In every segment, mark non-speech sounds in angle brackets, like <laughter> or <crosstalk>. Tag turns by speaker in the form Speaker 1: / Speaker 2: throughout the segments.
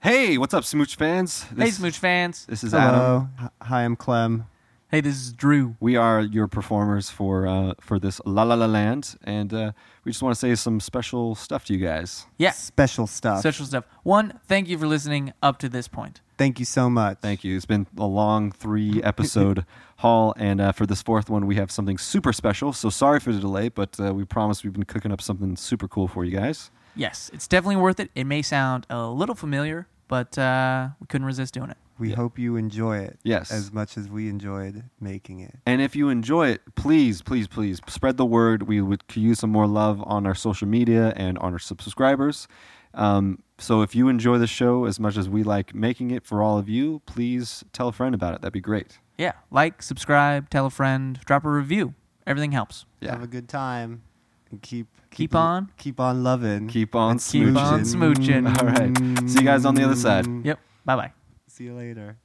Speaker 1: Hey, what's up, Smooch fans? This,
Speaker 2: hey, Smooch fans.
Speaker 1: This is Adam.
Speaker 3: Hello. H- Hi, I'm Clem.
Speaker 2: Hey, this is Drew.
Speaker 1: We are your performers for uh, for this La La La Land, and uh, we just want to say some special stuff to you guys.
Speaker 2: Yeah,
Speaker 3: Special stuff.
Speaker 2: Uh, social stuff. One, thank you for listening up to this point.
Speaker 3: Thank you so much.
Speaker 1: Thank you. It's been a long three
Speaker 3: <laughs>
Speaker 1: episode haul, and uh, for this fourth one, we have something super special. So sorry for the delay, but uh, we promise we've been cooking up something super cool for you guys.
Speaker 2: Yes, it's definitely worth it. It may sound a little familiar, but uh, we couldn't resist doing it.
Speaker 3: We
Speaker 1: Yeah.
Speaker 3: hope you enjoy it.
Speaker 1: Yes.
Speaker 3: As much as we enjoyed making it.
Speaker 1: And if you enjoy it, please, please, please spread the word. We would could use some more love on our social media and on our subscribers. Um, so if you enjoy the show as much as we like making it for all of you, please tell a friend about it. That'd be great.
Speaker 2: Yeah, like, subscribe, tell a friend, drop a review. Everything helps.
Speaker 1: Yeah.
Speaker 3: Have a good time. And keep
Speaker 2: Keep on.
Speaker 3: Keep on loving.
Speaker 1: Keep on
Speaker 3: and
Speaker 2: Keep on smooching.
Speaker 1: All right. See you guys on the other side.
Speaker 2: Yep. Bye bye.
Speaker 3: Mm. See you later.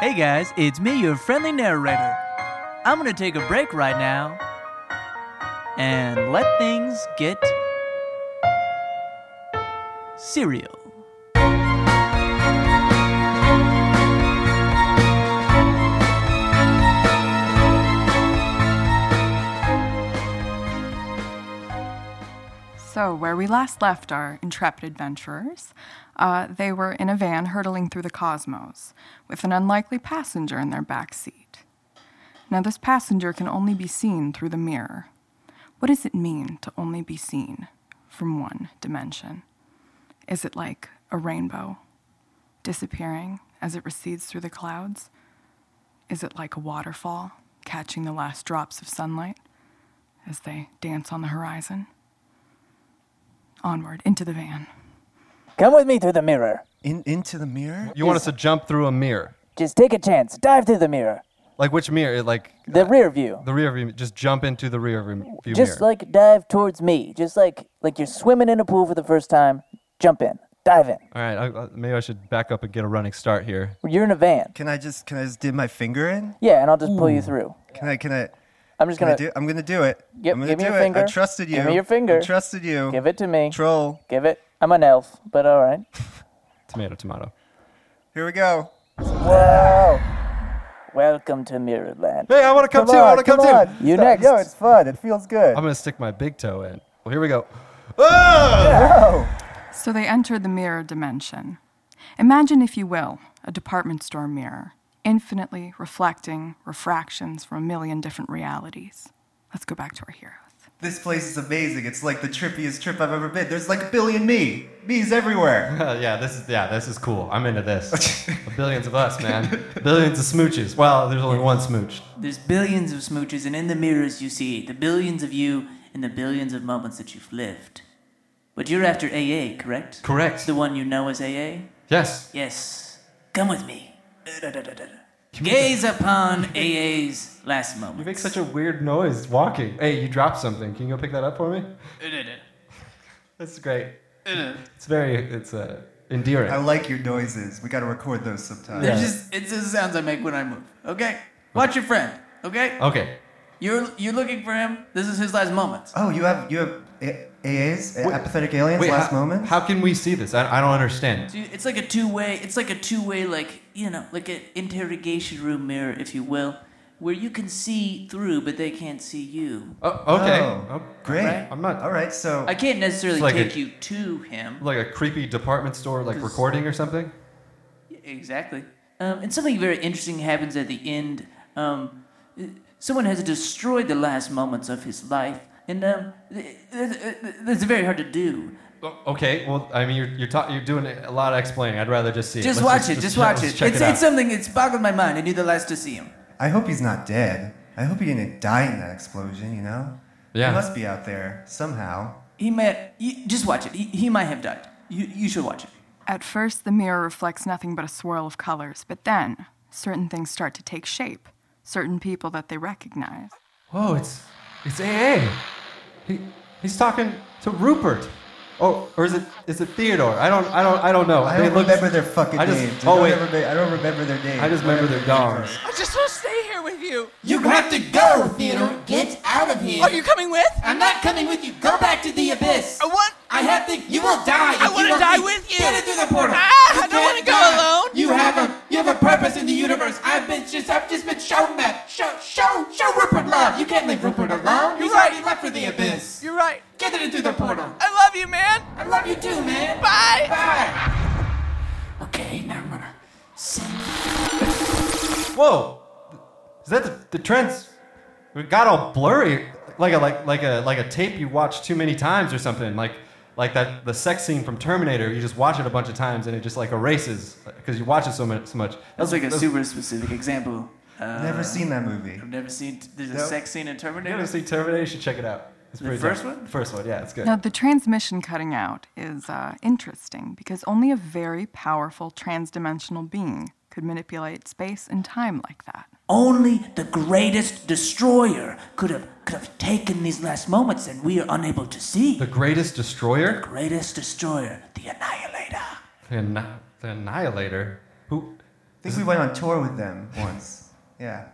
Speaker 2: Hey guys, it's me, your friendly narrator. I'm gonna take a break right now and let things get serial.
Speaker 4: So, where we last left our intrepid adventurers, uh, they were in a van hurtling through the cosmos with an unlikely passenger in their back seat. Now, this passenger can only be seen through the mirror. What does it mean to only be seen from one dimension? Is it like a rainbow disappearing as it recedes through the clouds? Is it like a waterfall catching the last drops of sunlight as they dance on the horizon? Onward, into the van.
Speaker 5: Come with me through the mirror.
Speaker 3: In into the mirror?
Speaker 6: You want us to jump through a mirror?
Speaker 5: Just take a chance. Dive through the mirror.
Speaker 6: Like which mirror? Like
Speaker 5: The rear view.
Speaker 6: the rear view. Just jump into the rear view view
Speaker 5: Just
Speaker 6: mirror.
Speaker 5: like dive towards me. Just like like you're swimming in a pool for the first time. Jump in. Dive in.
Speaker 6: All right. I, I, maybe I should back up and get a running start here.
Speaker 5: You're in a van.
Speaker 3: Can I just can I just dip my finger in?
Speaker 5: Yeah, and I'll just pull you through.
Speaker 3: Can I can I
Speaker 5: I'm just
Speaker 3: can I
Speaker 5: gonna
Speaker 3: do I'm gonna do it.
Speaker 5: Yep,
Speaker 3: I'm gonna
Speaker 5: give me
Speaker 3: do
Speaker 5: your
Speaker 3: it.
Speaker 5: finger.
Speaker 3: I trusted you.
Speaker 5: Give me your finger.
Speaker 3: I trusted you.
Speaker 5: give it to me.
Speaker 3: Troll.
Speaker 5: Give it. I'm an elf, but all right.
Speaker 6: Tomato, tomato.
Speaker 3: Here we go.
Speaker 5: Whoa. Welcome to Mirrorland.
Speaker 6: Hey, I want to come, too. I want to come, too.
Speaker 5: You next.
Speaker 3: fun. It feels good.
Speaker 6: I'm gonna stick my big toe in. Well, here we go.
Speaker 4: So they entered the mirror dimension. Imagine, if you will, a department store mirror, infinitely reflecting refractions from a million different realities. Let's go back to our heroes.
Speaker 3: This place is amazing. It's like the trippiest trip I've ever been. There's like a billion me. Me's everywhere.
Speaker 6: <laughs> yeah, this is yeah, this is cool. I'm into this. <laughs> Billions of us, man. Billions of smooches. Well, there's only one smooch.
Speaker 7: There's billions of smooches, and in the mirrors you see the billions of you and the billions of moments that you've lived. But you're after AA, correct?
Speaker 6: Correct.
Speaker 7: The one you know as AA?
Speaker 6: Yes.
Speaker 7: Yes. Come with me. Gaze upon AA's last
Speaker 6: You
Speaker 7: moment.
Speaker 6: make such a weird noise walking. Hey, you dropped something. Can you go pick that up for me? That's great. It's very. It's uh, endearing.
Speaker 3: I like your noises. We got to record those sometime.
Speaker 7: They're just, it's just sounds I make when I move, okay? Watch your friend, okay?
Speaker 6: Okay.
Speaker 7: You're, you're looking for him. This is his last moment.
Speaker 3: Oh, you have you have A- AAs, A- apathetic aliens,
Speaker 6: Wait,
Speaker 3: last
Speaker 6: how,
Speaker 3: moments.
Speaker 6: How can we see this? I, I don't understand.
Speaker 7: Dude, it's like a two-way. It's like a two-way, like you know, like an interrogation room mirror, if you will, where you can see through, but they can't see you.
Speaker 6: Oh, okay.
Speaker 3: Oh,
Speaker 6: Oh,
Speaker 3: great.
Speaker 7: Right.
Speaker 6: I'm not
Speaker 3: All right, so
Speaker 7: I can't necessarily
Speaker 6: It's like
Speaker 7: take
Speaker 6: a-
Speaker 7: you to him.
Speaker 6: like a creepy department store like recording or something.
Speaker 7: Exactly. Um, and something very interesting happens at the end. Um, someone has destroyed the last moments of his life, and um, th- th- th- it's very hard to do.
Speaker 6: Oh, Okay. Well, I mean, you're you're, ta- you're doing a lot of explaining. I'd rather just see
Speaker 7: Just
Speaker 6: it.
Speaker 7: watch
Speaker 6: Let's
Speaker 7: it. Just
Speaker 6: yeah,
Speaker 7: watch
Speaker 6: let's
Speaker 7: it.
Speaker 6: check
Speaker 7: It's,
Speaker 6: out.
Speaker 7: it's something. It's boggled my mind. I knew the last to see him.
Speaker 3: I hope he's not dead. I hope he didn't die in that explosion. You know.
Speaker 6: Yeah.
Speaker 3: He must be out there somehow.
Speaker 7: He may. You, just watch it. He, he might have died. You, you should watch it.
Speaker 4: At first, the mirror reflects nothing but a swirl of colors, but then certain things start to take shape, certain people that they recognize.
Speaker 6: Whoa! It's it's AA. He he's talking to Rupert. Oh, or is it is it Theodore? I don't I don't I don't know.
Speaker 3: I
Speaker 6: They
Speaker 3: don't
Speaker 6: look-
Speaker 3: remember their fucking
Speaker 6: I just-
Speaker 3: names. I
Speaker 6: oh
Speaker 3: don't
Speaker 6: wait,
Speaker 3: remember- I don't remember their names.
Speaker 6: I just remember their dogs.
Speaker 8: I just want to stay here with you.
Speaker 9: You have to go, Theodore. Get out of here.
Speaker 8: Are you coming with?
Speaker 9: I'm not coming with you. Go back to the abyss.
Speaker 8: I want.
Speaker 9: I have to. You will die. if
Speaker 8: I
Speaker 9: you
Speaker 8: wanna
Speaker 9: don't
Speaker 8: die
Speaker 9: leave.
Speaker 8: with you.
Speaker 9: Get into the portal.
Speaker 8: Ah,
Speaker 9: You
Speaker 8: I don't wanna
Speaker 9: can't
Speaker 8: go
Speaker 9: die.
Speaker 8: alone.
Speaker 9: You have a. You have a purpose in the universe. I've been just. I've just been shown that. Show. Show. Show Rupert love. You can't leave Rupert alone. He's
Speaker 8: You're right.
Speaker 9: already left for the abyss.
Speaker 8: You're right.
Speaker 9: Get it into the portal.
Speaker 8: I love you, man.
Speaker 9: I love you too, man.
Speaker 8: Bye.
Speaker 9: Bye. Okay, now I'm gonna send
Speaker 6: Whoa, is that the, the trends? It got all blurry, like a like like a like a tape you watch too many times or something. Like like that the sex scene from Terminator. You just watch it a bunch of times and it just like erases because you watch it so much so much.
Speaker 7: That's like a super specific example. Uh,
Speaker 3: Never seen that movie.
Speaker 7: I've never seen. t- There's a
Speaker 3: Nope.
Speaker 7: sex scene in
Speaker 6: You
Speaker 7: Terminator.
Speaker 6: ever see Terminator? You should check it out. It's pretty
Speaker 7: first
Speaker 6: dope.
Speaker 7: one?
Speaker 6: First one, yeah, it's good.
Speaker 4: Now, the transmission cutting out is uh, interesting because only a very powerful transdimensional being could manipulate space and time like that.
Speaker 7: Only the greatest destroyer could have could have taken these last moments, and we are unable to see.
Speaker 6: The Greatest Destroyer.
Speaker 7: greatest destroyer, the Annihilator.
Speaker 6: The, anni- the Annihilator. Who?
Speaker 3: I think we went on tour with them once. Yeah.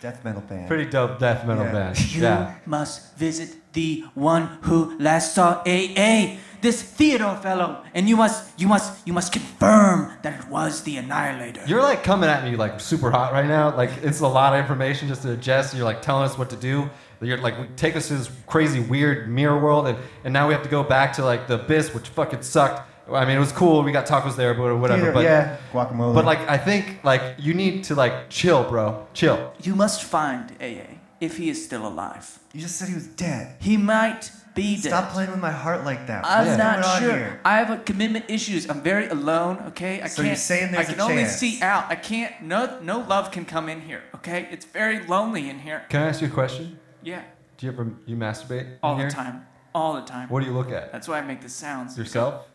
Speaker 3: Death metal band.
Speaker 6: Pretty dope death metal
Speaker 3: Yeah.
Speaker 6: band. <laughs>
Speaker 7: You
Speaker 6: Yeah.
Speaker 7: must visit the one who last saw AA, this Theodore fellow, and you must, you must, you must confirm that it was the Annihilator.
Speaker 6: You're like coming at me like super hot right now. Like it's a lot of information just to digest. And you're like telling us what to do. You're like take us to this crazy weird mirror world, and, and now we have to go back to like the abyss, which fucking sucked. I mean, it was cool. We got tacos there, but
Speaker 3: Theater-
Speaker 6: whatever. But
Speaker 3: yeah, guacamole.
Speaker 6: but like I think like you need to like chill, bro. Chill.
Speaker 7: You must find AA if he is still alive.
Speaker 3: you just said he was dead.
Speaker 7: He might be dead.
Speaker 3: Stop playing with my heart like that.
Speaker 7: I'm
Speaker 3: What's going
Speaker 7: not
Speaker 3: on
Speaker 7: sure.
Speaker 3: here?
Speaker 7: I have a commitment issues. I'm very alone. Okay, I
Speaker 3: So
Speaker 7: can't.
Speaker 3: you're saying there's
Speaker 7: I can
Speaker 3: a
Speaker 7: only
Speaker 3: chance.
Speaker 7: see out. I can't. No, no love can come in here. Okay, it's very lonely in here.
Speaker 6: Can I ask you a question?
Speaker 7: Yeah,
Speaker 6: Do you ever you masturbate? in
Speaker 7: all the
Speaker 6: here?
Speaker 7: time, all the time.
Speaker 6: What do you look at?
Speaker 7: That's why I make the sounds.
Speaker 6: Yourself?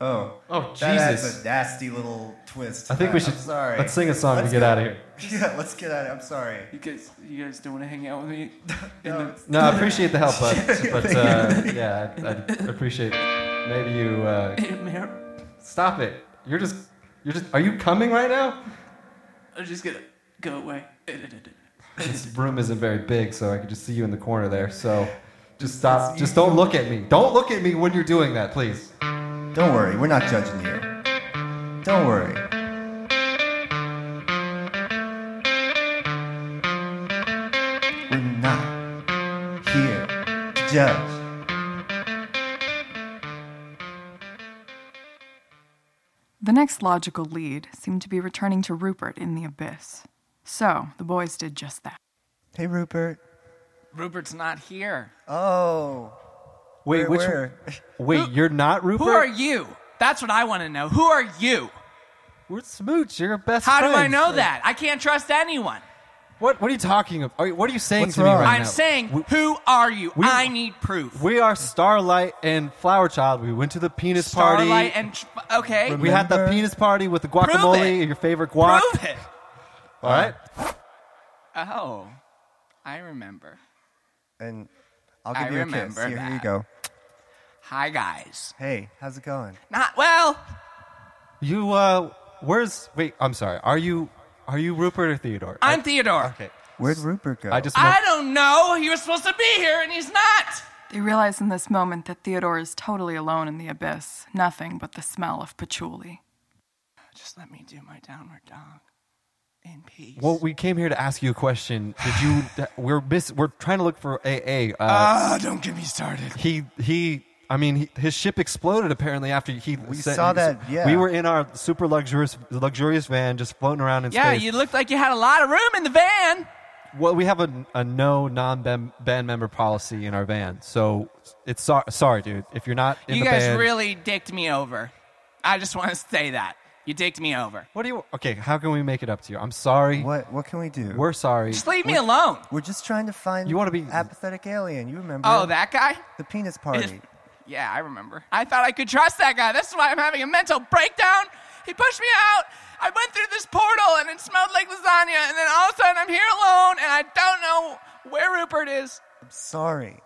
Speaker 3: Oh.
Speaker 6: Oh
Speaker 3: That
Speaker 6: Jesus!
Speaker 3: adds a nasty little twist. to
Speaker 6: I think
Speaker 3: that.
Speaker 6: we should.
Speaker 3: I'm sorry.
Speaker 6: Let's sing a song
Speaker 3: Let's
Speaker 6: to get
Speaker 3: go.
Speaker 6: out of here.
Speaker 3: <laughs> Yeah, let's get out of I'm sorry.
Speaker 7: You guys, you guys don't want to hang out with me. <laughs>
Speaker 3: <laughs>
Speaker 7: In
Speaker 3: No,
Speaker 7: the-
Speaker 3: it's-
Speaker 6: No, I
Speaker 3: <laughs>
Speaker 6: appreciate the help, but, but uh, yeah, I, I appreciate. Maybe you uh,
Speaker 7: Mayor,
Speaker 6: stop it. You're just, you're just. Are you coming right now?
Speaker 7: I'm just gonna go away. <laughs>
Speaker 6: This room isn't very big, so I can just see you in the corner there. So, just stop. Just don't look at me. Don't look at me when you're doing that, please.
Speaker 3: Don't worry, we're not judging you. Don't worry. We're not here to judge.
Speaker 4: The next logical lead seemed to be returning to Rupert in the abyss. So the boys did just that.
Speaker 3: Hey, Rupert.
Speaker 8: Rupert's not here.
Speaker 3: Oh.
Speaker 6: Wait,
Speaker 3: Where-
Speaker 6: which?
Speaker 3: where?
Speaker 6: Wait, you're not Rupert.
Speaker 8: Who are you? That's what I want to know. Who are you?
Speaker 6: We're Smooch. You're best.
Speaker 8: How do I
Speaker 6: friends.
Speaker 8: know that? I can't trust anyone.
Speaker 6: What? What are you talking about? Are you- What are you saying
Speaker 3: What's
Speaker 6: to
Speaker 3: wrong?
Speaker 6: me right
Speaker 8: I'm
Speaker 6: now?
Speaker 8: saying,
Speaker 6: We-
Speaker 8: who are you?
Speaker 6: we-
Speaker 8: I need proof.
Speaker 6: We are Starlight and Flower Child. We went to the penis party.
Speaker 8: Starlight and tr- okay.
Speaker 6: we had the
Speaker 3: Remember?
Speaker 6: penis party with the
Speaker 8: it.
Speaker 6: guacamole and your favorite guac.
Speaker 8: Prove it.
Speaker 6: All right.
Speaker 8: Oh, I remember.
Speaker 3: And I'll
Speaker 8: I
Speaker 3: give you a kiss.
Speaker 8: remember
Speaker 3: Here, here you
Speaker 8: that.
Speaker 3: go.
Speaker 8: Hi guys.
Speaker 3: Hey, how's it going?
Speaker 8: Not well.
Speaker 6: You uh where's wait, I'm sorry. Are you are you Rupert or Theodore?
Speaker 8: I'm Theodore.
Speaker 6: Okay.
Speaker 3: Where'd Rupert go?
Speaker 6: I just
Speaker 8: I
Speaker 6: meant,
Speaker 8: don't know. He was supposed to be here and he's not.
Speaker 4: They realize in this moment that Theodore is totally alone in the abyss, nothing but the smell of patchouli.
Speaker 8: Just let me do my downward dog in peace.
Speaker 6: well, we came here to ask you a question. Did you we're miss we're trying to look for AA. Uh,
Speaker 8: Ah, don't get me started.
Speaker 6: he he I mean, he, his ship exploded apparently after he. We
Speaker 3: saw that, yeah.
Speaker 6: We were in our super luxurious, luxurious van, just floating around in
Speaker 8: Yeah,
Speaker 6: space.
Speaker 8: you looked like you had a lot of room in the van.
Speaker 6: Well, we have a, a no non band member policy in our van, so it's so- sorry, dude. If you're not in
Speaker 8: you
Speaker 6: the
Speaker 8: guys
Speaker 6: band,
Speaker 8: really dicked me over. I just want to say that. You dicked me over.
Speaker 6: what do you? Okay, how can we make it up to you? I'm sorry.
Speaker 3: what What can we do?
Speaker 6: We're sorry.
Speaker 8: Just leave me alone.
Speaker 3: We're just trying to find
Speaker 6: You wanna be-
Speaker 3: apathetic alien. You remember?
Speaker 8: Oh, that guy?
Speaker 3: the penis party.
Speaker 8: Is- Yeah, I remember. I thought I could trust that guy. That's why I'm having a mental breakdown. He pushed me out. I went through this portal and it smelled like lasagna. And then all of a sudden I'm here alone and I don't know where Rupert is.
Speaker 3: Sorry.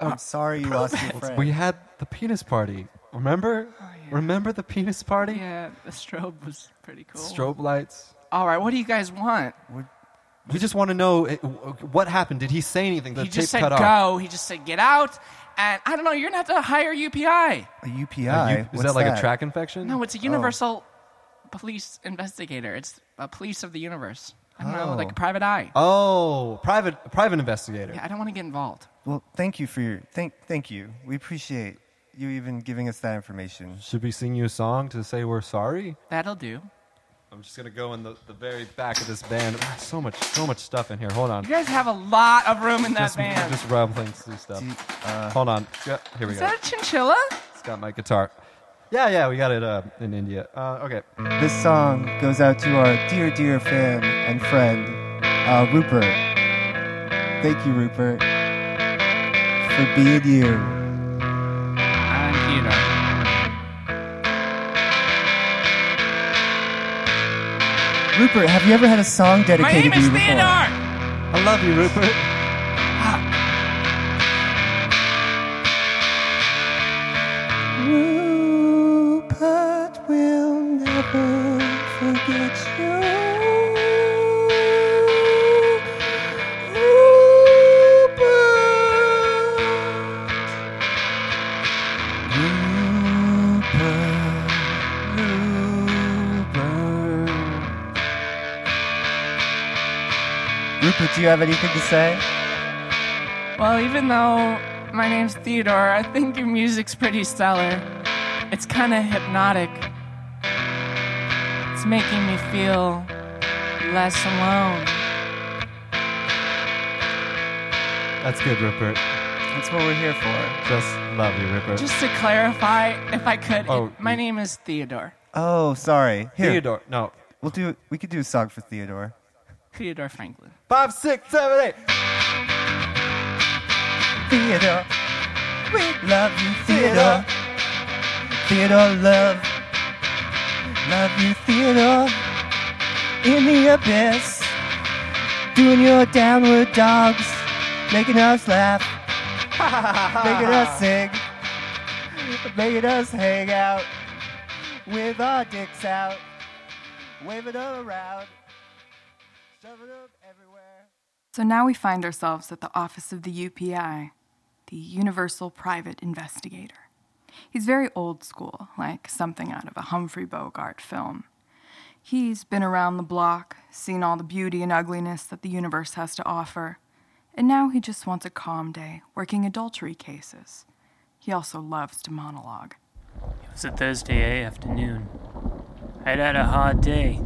Speaker 3: I'm sorry you lost your friend.
Speaker 6: We had the penis party. Remember? Remember the penis party?
Speaker 7: Yeah, the strobe was pretty cool.
Speaker 6: Strobe lights.
Speaker 7: All right, what do you guys want?
Speaker 6: We just want to know uh, what happened. Did he say anything? The
Speaker 7: he
Speaker 6: tape
Speaker 7: just said
Speaker 6: cut
Speaker 7: go.
Speaker 6: off.
Speaker 7: He just said get out. And I don't know. You're gonna have to hire UPI.
Speaker 3: A UPI.
Speaker 6: You- Is
Speaker 3: What's
Speaker 6: that like a track infection?
Speaker 7: No, it's a universal police investigator. It's a police of the universe. I don't know, like a private eye.
Speaker 6: Oh, private private investigator.
Speaker 7: Yeah, I don't want to get involved.
Speaker 3: Well, thank you for your thank thank you. We appreciate you even giving us that information.
Speaker 6: Should we sing you a song to say we're sorry?
Speaker 7: That'll do.
Speaker 6: I'm just gonna go in the, the very back of this band. Ah, So much so much stuff in here. Hold on.
Speaker 7: You guys have a lot of room in that
Speaker 6: Just,
Speaker 7: van.
Speaker 6: just rambling through stuff. Uh, Hold on. Yeah, here we
Speaker 7: Is
Speaker 6: go.
Speaker 7: that a chinchilla?
Speaker 6: It's got my guitar. Yeah, yeah, we got it uh, in India. Uh, okay.
Speaker 3: This song goes out to our dear dear fan and friend, uh, Rupert. Thank you, Rupert, for being you.
Speaker 7: I'm Peter.
Speaker 3: Rupert, have you ever had a song
Speaker 7: My
Speaker 3: dedicated
Speaker 7: name
Speaker 3: to
Speaker 7: is
Speaker 3: you before?
Speaker 7: Theodore.
Speaker 6: I love you, Rupert.
Speaker 3: Rupert will never forget you. Rupert. Rupert, Rupert. Rupert, do you have anything to say?
Speaker 7: Well, even though my name's Theodore, I think your music's pretty stellar. It's kind of hypnotic. It's making me feel less alone.
Speaker 6: That's good, Rupert.
Speaker 3: That's what we're here for.
Speaker 6: Just love you, Rupert.
Speaker 7: Just to clarify, if I could,
Speaker 6: Oh,
Speaker 7: my
Speaker 6: you-
Speaker 7: name is Theodore.
Speaker 3: Oh, sorry. Here,
Speaker 6: Theodore. No.
Speaker 3: we'll do. We could do a song for Theodore.
Speaker 7: Theodore Franklin.
Speaker 6: Five, six, seven, eight.
Speaker 3: Theodore. We love you, Theodore. Theodore, love. Love you, Theodore. In the abyss. Doing your downward dogs. Making us laugh. making us sing. Making us hang out. With our dicks out. Waving them around. Shoving them everywhere.
Speaker 4: So now we find ourselves at the office of the UPI, the Universal Private Investigator. He's very old school, like something out of a Humphrey Bogart film. He's been around the block, seen all the beauty and ugliness that the universe has to offer, and now he just wants a calm day working adultery cases. He also loves to monologue.
Speaker 10: It was a Thursday afternoon. I'd had a hard day.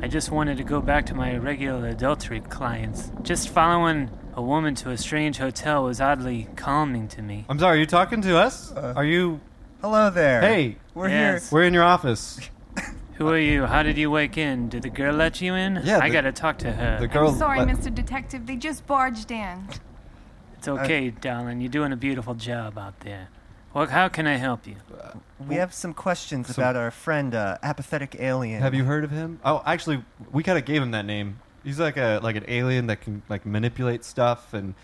Speaker 10: I just wanted to go back to my regular adultery clients. Just following a woman to a strange hotel was oddly calming to me.
Speaker 6: I'm sorry. Are you talking to us? are you?
Speaker 3: Hello there.
Speaker 6: Hey,
Speaker 3: We're
Speaker 10: Yes.
Speaker 6: we're in your office.
Speaker 10: Who are you? How did you wake in? Did the girl let you in?
Speaker 6: Yeah,
Speaker 10: I
Speaker 6: the-
Speaker 10: gotta talk to her.
Speaker 6: The girl. let-
Speaker 4: Detective, they just barged in.
Speaker 10: it's okay, darling. You're doing a beautiful job out there. Well, how can I help you?
Speaker 3: We have some questions about our friend, uh, apathetic alien.
Speaker 6: Have you heard of him? Oh, actually, we kind of gave him that name. He's like a like an alien that can like manipulate stuff and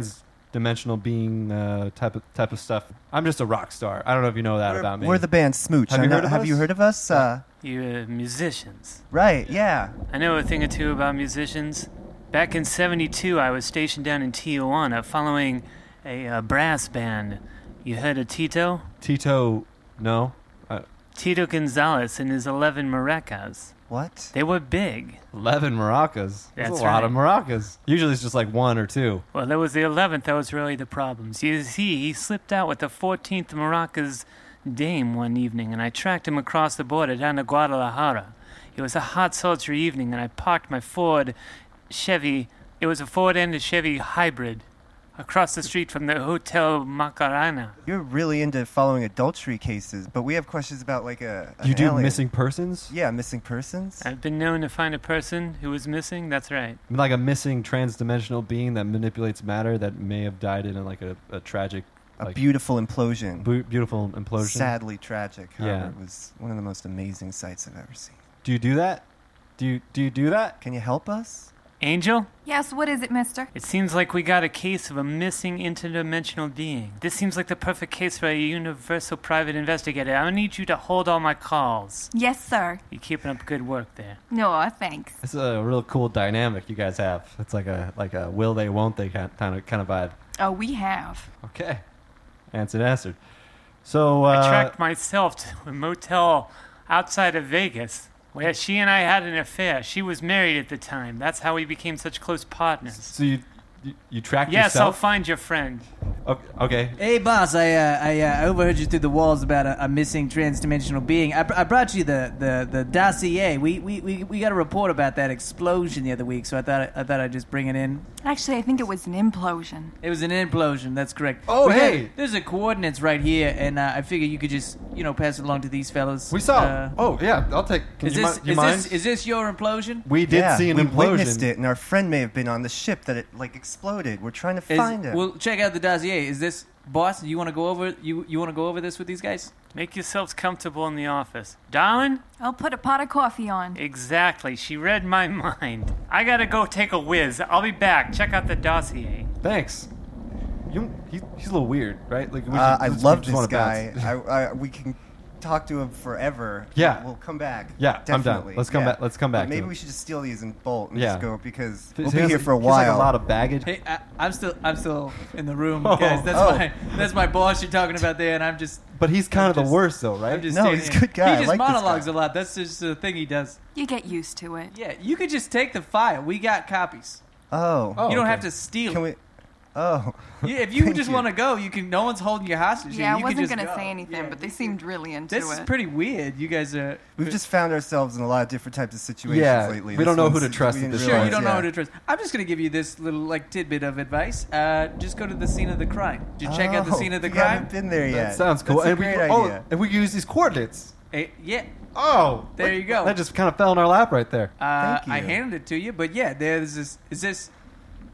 Speaker 6: trans-dimensional being uh, type of type of stuff. I'm just a rock star. I don't know if you know that about me.
Speaker 3: We're the band Smooch.
Speaker 6: Have
Speaker 3: I
Speaker 6: you
Speaker 3: know-
Speaker 6: heard of
Speaker 3: have
Speaker 6: us?
Speaker 3: you heard of us? Uh,
Speaker 10: You're musicians.
Speaker 3: right, yeah.
Speaker 10: I know a thing or two about musicians. Back in 72, I was stationed down in Tijuana following a uh, brass band. You heard of Tito?
Speaker 6: Tito. No, uh,
Speaker 10: Tito Gonzalez and his 11 maracas.
Speaker 3: What?
Speaker 10: They were big.
Speaker 6: eleven maracas. That's,
Speaker 10: That's
Speaker 6: a lot
Speaker 10: right.
Speaker 6: of maracas. Usually it's just like one or two.
Speaker 10: Well, that was the 11th that was really the problem. You see, he slipped out with the 14th maracas dame one evening, and I tracked him across the border down to Guadalajara. It was a hot, sultry evening, and I parked my Ford Chevy. It was a Ford and a Chevy hybrid across the street from the Hotel Macarena.
Speaker 3: You're really into following adultery cases, but we have questions about like a. an
Speaker 6: You do
Speaker 3: alien.
Speaker 6: missing persons,
Speaker 3: Yeah, missing persons.
Speaker 10: I've been known to find a person who was missing. That's right.
Speaker 6: like a missing trans-dimensional being that manipulates matter that may have died in like a, a tragic,
Speaker 3: a
Speaker 6: like,
Speaker 3: beautiful implosion.
Speaker 6: bu- beautiful implosion.
Speaker 3: Sadly tragic. However,
Speaker 6: Yeah.
Speaker 3: it was one of the most amazing sights I've ever seen.
Speaker 6: Do you do that? Do you do you do that?
Speaker 3: Can you help us?
Speaker 10: Angel?
Speaker 11: Yes, what is it, mister?
Speaker 10: It seems like we got a case of a missing interdimensional being. This seems like the perfect case for a universal private investigator. I need you to hold all my calls.
Speaker 11: Yes, sir.
Speaker 10: You're keeping up good work there.
Speaker 11: No, thanks.
Speaker 6: It's a real cool dynamic you guys have. It's like a like a will they won't they kind of kind of, kind of vibe.
Speaker 4: Oh, we have.
Speaker 6: Okay. Answered answered. So uh,
Speaker 10: I tracked myself to a motel outside of Vegas where she and I had an affair. She was married at the time. That's how we became such close partners.
Speaker 6: so you you, you tracked
Speaker 10: Yes, I'll
Speaker 6: yourself.
Speaker 10: find your friend.
Speaker 6: okay.
Speaker 7: Hey, boss, I, uh, I uh, overheard you through the walls about a, a missing transdimensional being. I, br- I brought you the, the, the dossier. We, we, we, we got a report about that explosion the other week, so I thought, I thought I'd just bring it in.
Speaker 4: Actually, I think it was an implosion.
Speaker 7: It was an implosion, that's correct.
Speaker 4: Oh,
Speaker 7: We got-
Speaker 4: hey!
Speaker 7: there's a coordinates right here, and uh, I figure you could just, you know, pass it along to these fellas.
Speaker 6: We saw.
Speaker 7: Uh,
Speaker 6: oh yeah, I'll take.
Speaker 7: is,
Speaker 6: you
Speaker 7: this,
Speaker 6: mi- you
Speaker 7: is,
Speaker 6: mind?
Speaker 7: this, is this your implosion?
Speaker 6: We did
Speaker 3: yeah,
Speaker 6: see an
Speaker 3: we
Speaker 6: implosion.
Speaker 3: witnessed it, and our friend may have been on the ship that it like exploded. We're trying to
Speaker 7: Is-
Speaker 3: find him.
Speaker 7: Well, check out the dossier. Is this boss? You want to go over? You you want to go over this with these guys?
Speaker 10: Make yourselves comfortable in the office. Darling?
Speaker 11: I'll put a pot of coffee on.
Speaker 10: Exactly. She read my <laughs> mind. I gotta go take a whiz. I'll be back. Check out the dossier.
Speaker 6: Thanks. You, he, he's a little weird, right? Like we
Speaker 3: Uh,
Speaker 6: should-
Speaker 3: I
Speaker 6: we just
Speaker 3: love this
Speaker 6: wanna
Speaker 3: guy.
Speaker 6: bounce.
Speaker 3: I, I, we can talk to him forever.
Speaker 6: Yeah.
Speaker 3: we'll come back.
Speaker 6: Yeah, I'm down.
Speaker 3: definitely.
Speaker 6: Let's come
Speaker 3: Yeah.
Speaker 6: back- let's come
Speaker 3: But
Speaker 6: back to
Speaker 3: maybe
Speaker 6: him.
Speaker 3: we should just steal these and bolt and
Speaker 6: Yeah.
Speaker 3: just go because
Speaker 6: He
Speaker 3: we'll
Speaker 6: has-
Speaker 3: be here for a
Speaker 6: he has, like,
Speaker 3: while.
Speaker 6: a lot of baggage.
Speaker 7: Hey, I, I'm still I'm still in the room,
Speaker 6: Oh.
Speaker 7: guys. That's
Speaker 6: Oh.
Speaker 7: my that's my boss you're talking about there, and I'm just
Speaker 6: But he's kind of the worst, though, right?
Speaker 7: I'm just standing here. He just monologues a lot. That's just the thing he does.
Speaker 4: You get used to it.
Speaker 7: Yeah, you could just take the file. We got copies.
Speaker 3: Oh,
Speaker 7: you don't have to steal.
Speaker 3: Can we?
Speaker 7: <laughs>
Speaker 3: Oh,
Speaker 7: You- if you
Speaker 3: Thank
Speaker 7: just
Speaker 3: you.
Speaker 7: want to go, you can. No one's holding you hostage. here.
Speaker 4: Yeah, I
Speaker 7: You can
Speaker 4: wasn't
Speaker 7: just
Speaker 4: going to
Speaker 7: go.
Speaker 4: say anything, but they seemed really into
Speaker 7: This
Speaker 4: it.
Speaker 7: is pretty weird. You guys are.
Speaker 3: We've just found ourselves in a lot of different types of situations
Speaker 6: Yeah,
Speaker 3: lately.
Speaker 6: we
Speaker 3: This
Speaker 6: don't know who
Speaker 3: one's-
Speaker 6: to trust
Speaker 3: we
Speaker 6: at
Speaker 3: didn't
Speaker 6: this
Speaker 7: Sure,
Speaker 3: realize,
Speaker 7: you don't know
Speaker 3: yeah.
Speaker 7: how to trust. I'm just going to give you this little like tidbit of advice. Uh, just go to the scene of the crime. Just check out the
Speaker 6: Oh,
Speaker 7: scene of the
Speaker 6: we
Speaker 7: crime.
Speaker 6: haven't
Speaker 3: been there
Speaker 6: That sounds cool.
Speaker 3: That's a
Speaker 6: and we,
Speaker 3: great
Speaker 6: oh,
Speaker 3: idea.
Speaker 6: and we use these coordinates.
Speaker 7: Eh, yeah.
Speaker 6: Oh,
Speaker 7: there you go.
Speaker 6: That just kind of fell in our lap right there.
Speaker 7: Uh, I handed it to you, but yeah, there's this. Is this?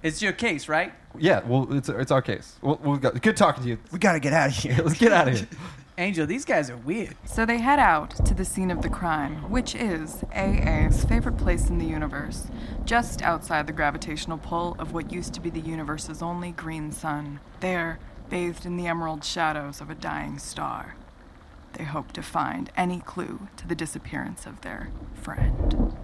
Speaker 7: It's your case, right?
Speaker 6: yeah, well, it's it's our case. We'll, we'll go. Good talking to you. <laughs>
Speaker 3: We gotta get out of <laughs> here.
Speaker 6: Let's <laughs> get out of here.
Speaker 7: Angel, these guys are weird.
Speaker 4: So they head out to the scene of the crime, which is AA's favorite place in the universe, just outside the gravitational pull of what used to be the universe's only green sun. There, bathed in the emerald shadows of a dying star, they hope to find any clue to the disappearance of their friend.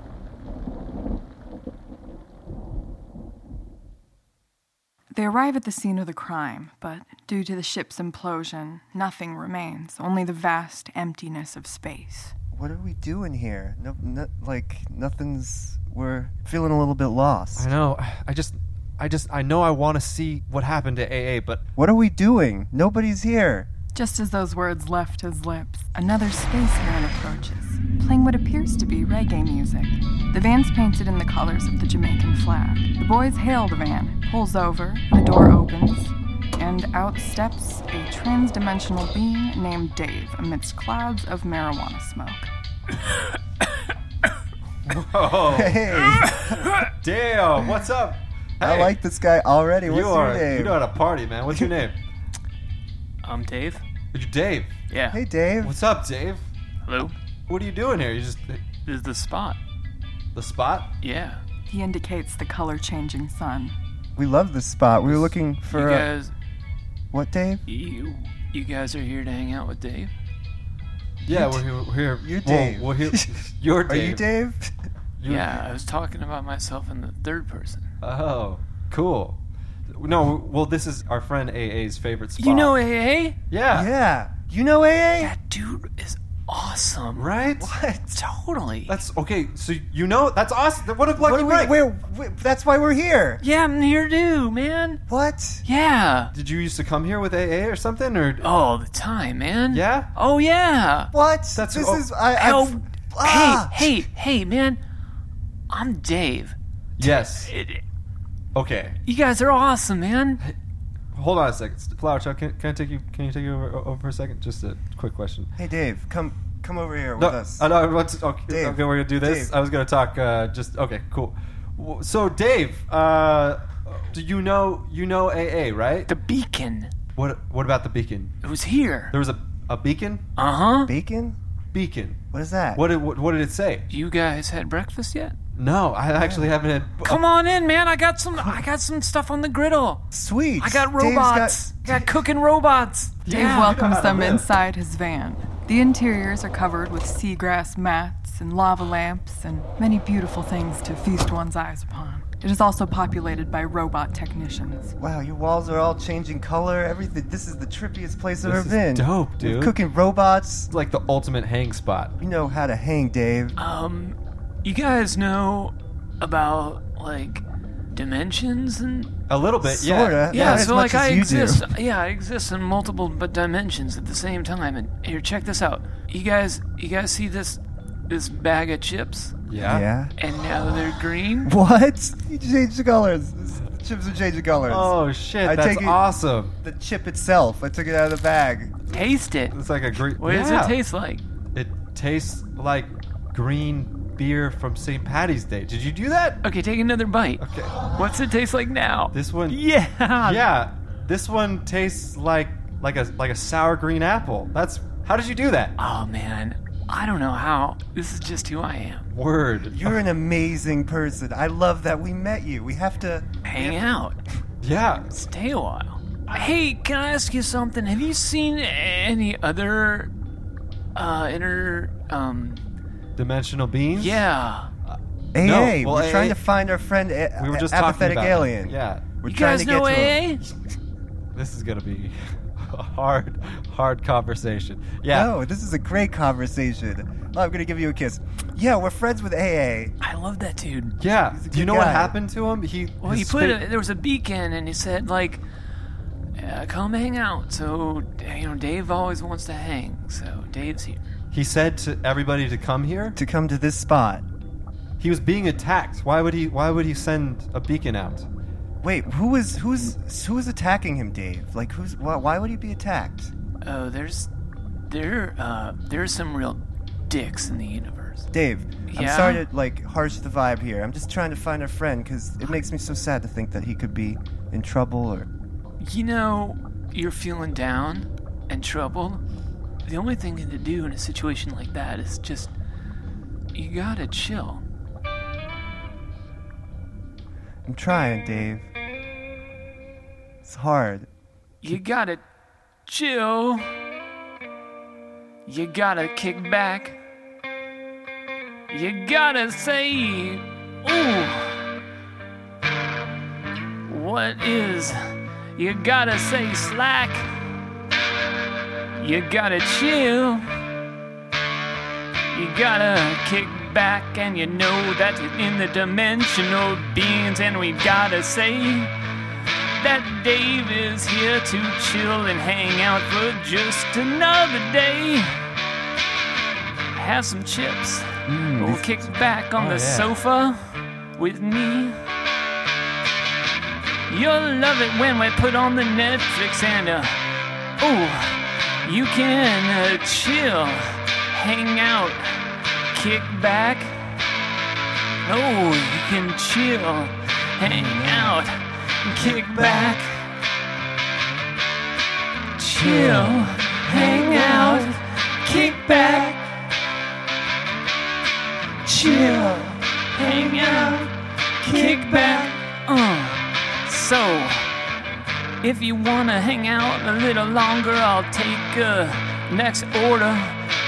Speaker 4: They arrive at the scene of the crime, but due to the ship's implosion, nothing remains, only the vast emptiness of space.
Speaker 3: What are we doing here? No, no, like nothing's. We're feeling a little bit lost.
Speaker 6: I know. I just, I just, I know I want to see what happened to AA, but
Speaker 3: What are we doing? Nobody's here.
Speaker 4: Just as those words left his lips, another space heron approaches, playing what appears to be reggae music. The van's painted in the colors of the Jamaican flag. The boys hail the van, pulls over, the door opens, and out steps a transdimensional being named Dave amidst clouds of marijuana smoke.
Speaker 6: Whoa. <laughs>
Speaker 3: Hey.
Speaker 6: Oh, Damn. What's up?
Speaker 3: <laughs> I
Speaker 6: Hey.
Speaker 3: like this guy already. What's
Speaker 6: you are.
Speaker 3: your name?
Speaker 6: You know how to party, man. What's
Speaker 3: <laughs>
Speaker 6: your name?
Speaker 10: I'm Dave.
Speaker 6: You're Dave.
Speaker 10: Yeah.
Speaker 3: Hey, Dave.
Speaker 6: What's up, Dave?
Speaker 10: Hello.
Speaker 6: What are you doing here? You just
Speaker 10: This is the spot.
Speaker 6: the spot.
Speaker 10: Yeah.
Speaker 4: He indicates the color changing sun.
Speaker 3: We love this spot. We were looking for.
Speaker 10: you
Speaker 3: uh,
Speaker 10: guys,
Speaker 3: what, Dave?
Speaker 10: you, you guys are here to hang out with Dave.
Speaker 6: Yeah,
Speaker 3: You
Speaker 6: we're here. We're here.
Speaker 3: You're
Speaker 6: Well,
Speaker 3: Dave. <laughs>
Speaker 6: we're here. You're
Speaker 3: Are you
Speaker 6: Dave.
Speaker 3: Dave?
Speaker 10: <laughs>
Speaker 6: You're-
Speaker 10: yeah, I was talking about myself in the third person.
Speaker 6: Oh, cool. No, well, this is our friend AA's favorite spot.
Speaker 10: You know AA?
Speaker 6: Yeah.
Speaker 3: Yeah. You know AA?
Speaker 10: That dude is awesome.
Speaker 6: Right?
Speaker 3: What?
Speaker 10: Totally.
Speaker 6: That's okay. So you know that's awesome. What a lucky
Speaker 3: What are we,
Speaker 6: break.
Speaker 3: we're, we that's why we're here.
Speaker 10: Yeah, I'm here too, man.
Speaker 3: What?
Speaker 10: Yeah.
Speaker 6: Did you used to come here with AA or something? Or
Speaker 10: All the time, man.
Speaker 6: Yeah.
Speaker 10: Oh yeah.
Speaker 3: What?
Speaker 6: That's
Speaker 3: this
Speaker 6: oh,
Speaker 3: is. I, I,
Speaker 10: Oh,
Speaker 3: Ah!
Speaker 10: hey, hey, hey, man. I'm Dave.
Speaker 6: yes. Okay.
Speaker 10: You guys are awesome, man.
Speaker 6: Hold on a second, Flower Chuck. Can, can I take you? Can you take you over, over for a second? Just a quick question.
Speaker 3: Hey, Dave, come come over here
Speaker 6: No,
Speaker 3: with us.
Speaker 6: I know. what's- okay,
Speaker 3: Dave,
Speaker 6: okay, we're gonna do this.
Speaker 3: Dave.
Speaker 6: I was gonna talk. Uh, just okay, cool. W- So Dave, uh, do you know you know AA right?
Speaker 10: The beacon.
Speaker 6: What What about the beacon?
Speaker 10: It was here.
Speaker 6: There was a a beacon.
Speaker 10: Uh huh.
Speaker 3: Bacon?
Speaker 6: Beacon.
Speaker 3: What is that?
Speaker 6: What did what, what did it say?
Speaker 10: You guys had breakfast yet?
Speaker 6: No, I actually haven't had.
Speaker 12: Come on in, man. I got some. I got some stuff on the griddle.
Speaker 3: Sweet.
Speaker 12: I got robots. I got cooking robots.
Speaker 4: Dave
Speaker 12: Yeah.
Speaker 4: welcomes
Speaker 12: <laughs>
Speaker 4: them inside his van. The interiors are covered with seagrass mats and lava lamps and many beautiful things to feast one's eyes upon. It is also populated by robot technicians.
Speaker 3: <laughs> Wow, your walls are all changing color. Everything. This is the trippiest place I've
Speaker 6: This
Speaker 3: ever
Speaker 6: is
Speaker 3: been.
Speaker 6: dope,
Speaker 3: With
Speaker 6: dude.
Speaker 3: cooking robots.
Speaker 6: It's like the ultimate hang spot.
Speaker 3: You know how to hang, Dave.
Speaker 6: Uh,
Speaker 12: Um, you guys know about like dimensions and
Speaker 6: A little bit, yeah.
Speaker 3: Sorta.
Speaker 12: yeah.
Speaker 3: Not as
Speaker 12: so
Speaker 3: much
Speaker 12: like
Speaker 3: as
Speaker 12: I
Speaker 3: you do.
Speaker 12: exist. Yeah, I exist in multiple but dimensions at the same time. And here, check this out. You guys, you guys see this this bag of chips?
Speaker 3: Yeah. Yeah.
Speaker 12: And now they're green.
Speaker 3: What? You changed the colors. The chips are changing colors.
Speaker 6: Oh, shit,
Speaker 3: I
Speaker 6: that's
Speaker 3: take it-
Speaker 6: awesome.
Speaker 3: The chip itself. I took it out of the bag.
Speaker 12: Taste it.
Speaker 6: It's like a green.
Speaker 12: What does it taste like?
Speaker 6: It tastes like green beer from St. Patty's Day. Did you do that?
Speaker 12: Okay, take another bite.
Speaker 6: Okay.
Speaker 12: What's it taste like now?
Speaker 6: This one.
Speaker 12: Yeah.
Speaker 6: Yeah. This one tastes like like a like a sour green apple. That's how did you do that?
Speaker 12: Oh man, I don't know how. This is just who I am.
Speaker 6: Word.
Speaker 3: You're an amazing person. I love that we met you. We have to
Speaker 12: Hang out.
Speaker 6: Yeah.
Speaker 12: Stay a while. Hey, can I ask you something? Have you seen any other uh inner um
Speaker 6: Dimensional beans.
Speaker 12: yeah?
Speaker 3: AA.
Speaker 6: No, well,
Speaker 3: we're trying
Speaker 6: AA
Speaker 3: to find our friend. A-
Speaker 6: We were just talking
Speaker 3: apathetic
Speaker 6: about it.
Speaker 3: alien.
Speaker 6: Yeah.
Speaker 3: We're
Speaker 12: you
Speaker 3: trying
Speaker 12: guys
Speaker 3: to get
Speaker 12: know
Speaker 3: to him.
Speaker 12: AA?
Speaker 6: This is gonna be <laughs> a hard hard conversation. Yeah.
Speaker 3: No, this is a great conversation. Oh, I'm gonna give you a kiss. Yeah, we're friends with AA.
Speaker 12: I love that dude.
Speaker 6: Yeah.
Speaker 3: a
Speaker 6: Do you
Speaker 3: good
Speaker 6: know what
Speaker 3: guy.
Speaker 6: happened to him? He
Speaker 12: Well, he
Speaker 6: his
Speaker 12: put
Speaker 6: fa-
Speaker 12: a, there was a beacon, and he said like, uh, "Come hang out." So you know, Dave always wants to hang. So Dave's here.
Speaker 6: He said to everybody to come here.
Speaker 3: To come to this spot.
Speaker 6: He was being attacked. Why would he? Why would he send a beacon out?
Speaker 3: Wait, who is who's who is attacking him, Dave? Like, who's why, why would he be attacked?
Speaker 12: Oh, there's there uh there's some real dicks in the universe.
Speaker 3: Dave,
Speaker 12: Yeah?
Speaker 3: I'm sorry to like harsh the vibe here. I'm just trying to find a friend because it makes me so sad to think that he could be in trouble or
Speaker 12: You know, you're feeling down and troubled. The only thing to do in a situation like that is just you gotta chill.
Speaker 3: I'm trying, Dave. It's hard.
Speaker 12: You gotta chill. You gotta kick back. You gotta say, ooh. What is? You gotta say slack. You gotta chill. You gotta kick back, and you know that in the dimensional beings, and we gotta say that Dave is here to chill and hang out for just another day. Have some chips. we'll kick back on
Speaker 6: Mm, Oh,
Speaker 12: the
Speaker 6: yeah.
Speaker 12: sofa with me. You'll love it when we put on the Netflix and uh, oh, you can uh, chill, hang out, kick back. Oh, you can chill, hang out, kick back, chill, hang out, kick back, chill, hang out, kick back. Uh, so, if you wanna hang out a little longer, I'll take a next order.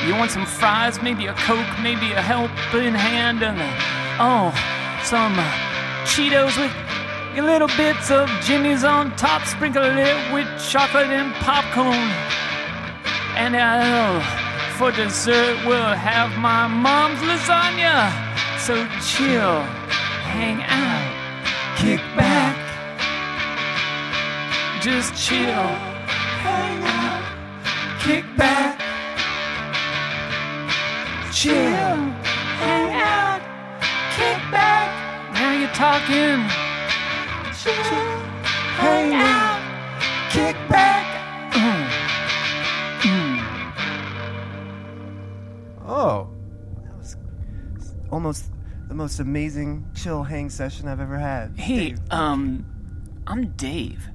Speaker 12: You want some fries, maybe a coke, maybe a helping hand, and uh, oh, some uh, Cheetos with little bits of Jimmy's on top, sprinkle it with chocolate and popcorn. And uh, for dessert, we'll have my mom's lasagna. So chill, hang out, kick back, just chill, hang out, kick back, chill, hang out, kick back. Now you're talking. Chill, hang out, kick back. Mm. Mm.
Speaker 6: Oh,
Speaker 3: that was almost the most amazing chill hang session I've ever had.
Speaker 12: Hey, um, I'm Dave.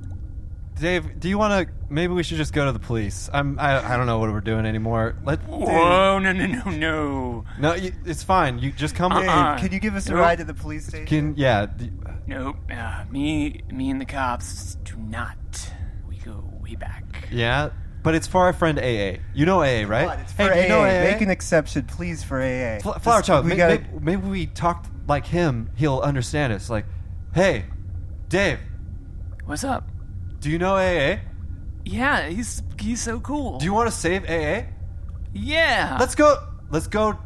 Speaker 6: Dave, do you want to? Maybe we should just go to the police. I'm. I, I don't know what we're doing anymore. Let.
Speaker 12: Whoa, no, no, no, no.
Speaker 6: No, you, it's fine. You just come.
Speaker 12: Uh-uh. Nope.
Speaker 6: Can yeah. d-
Speaker 12: Nope. Uh, me, me, and the cops do not. We go way back.
Speaker 6: Yeah, but it's for our friend AA. You know AA, right?
Speaker 3: It's
Speaker 6: Hey,
Speaker 3: for
Speaker 6: do
Speaker 3: AA.
Speaker 6: you know AA?
Speaker 3: Make an exception, please, for AA.
Speaker 6: Fl- Flower
Speaker 3: Just-
Speaker 6: Child.
Speaker 3: We
Speaker 6: may-
Speaker 3: gotta,
Speaker 6: may- maybe we talked like him. He'll understand us. Like, hey, Dave.
Speaker 12: What's up?
Speaker 6: Do you know AA?
Speaker 12: Yeah, he's he's so cool.
Speaker 6: Do you want to save AA?
Speaker 12: Yeah.
Speaker 6: Let's go. Let's go.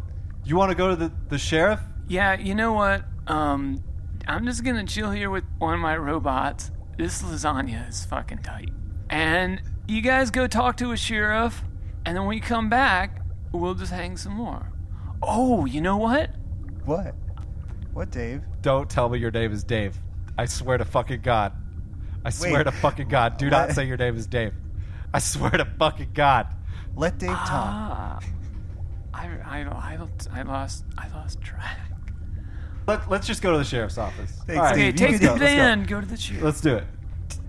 Speaker 6: You want to go to the, the sheriff?
Speaker 12: Yeah, you know what? Um, I'm just gonna chill here with one of my robots. This lasagna is fucking tight. And you guys go talk to a sheriff, and then when you come back, we'll just hang some more. Oh, you know what?
Speaker 3: What? What, Dave?
Speaker 6: Don't tell me your name is Dave. I swear to fucking God. I swear
Speaker 3: Wait.
Speaker 6: to fucking God. Do not
Speaker 3: What?
Speaker 6: say your name is Dave. I swear to fucking God.
Speaker 3: Let Dave
Speaker 12: Ah, I, I, I, I lost I lost track.
Speaker 6: Let, let's just go to the sheriff's office.
Speaker 12: Thanks,
Speaker 6: All
Speaker 12: Dave. Okay,
Speaker 6: let's
Speaker 12: take
Speaker 6: go,
Speaker 12: the
Speaker 6: let's go.
Speaker 12: van, go to the sheriff.
Speaker 6: Let's do it.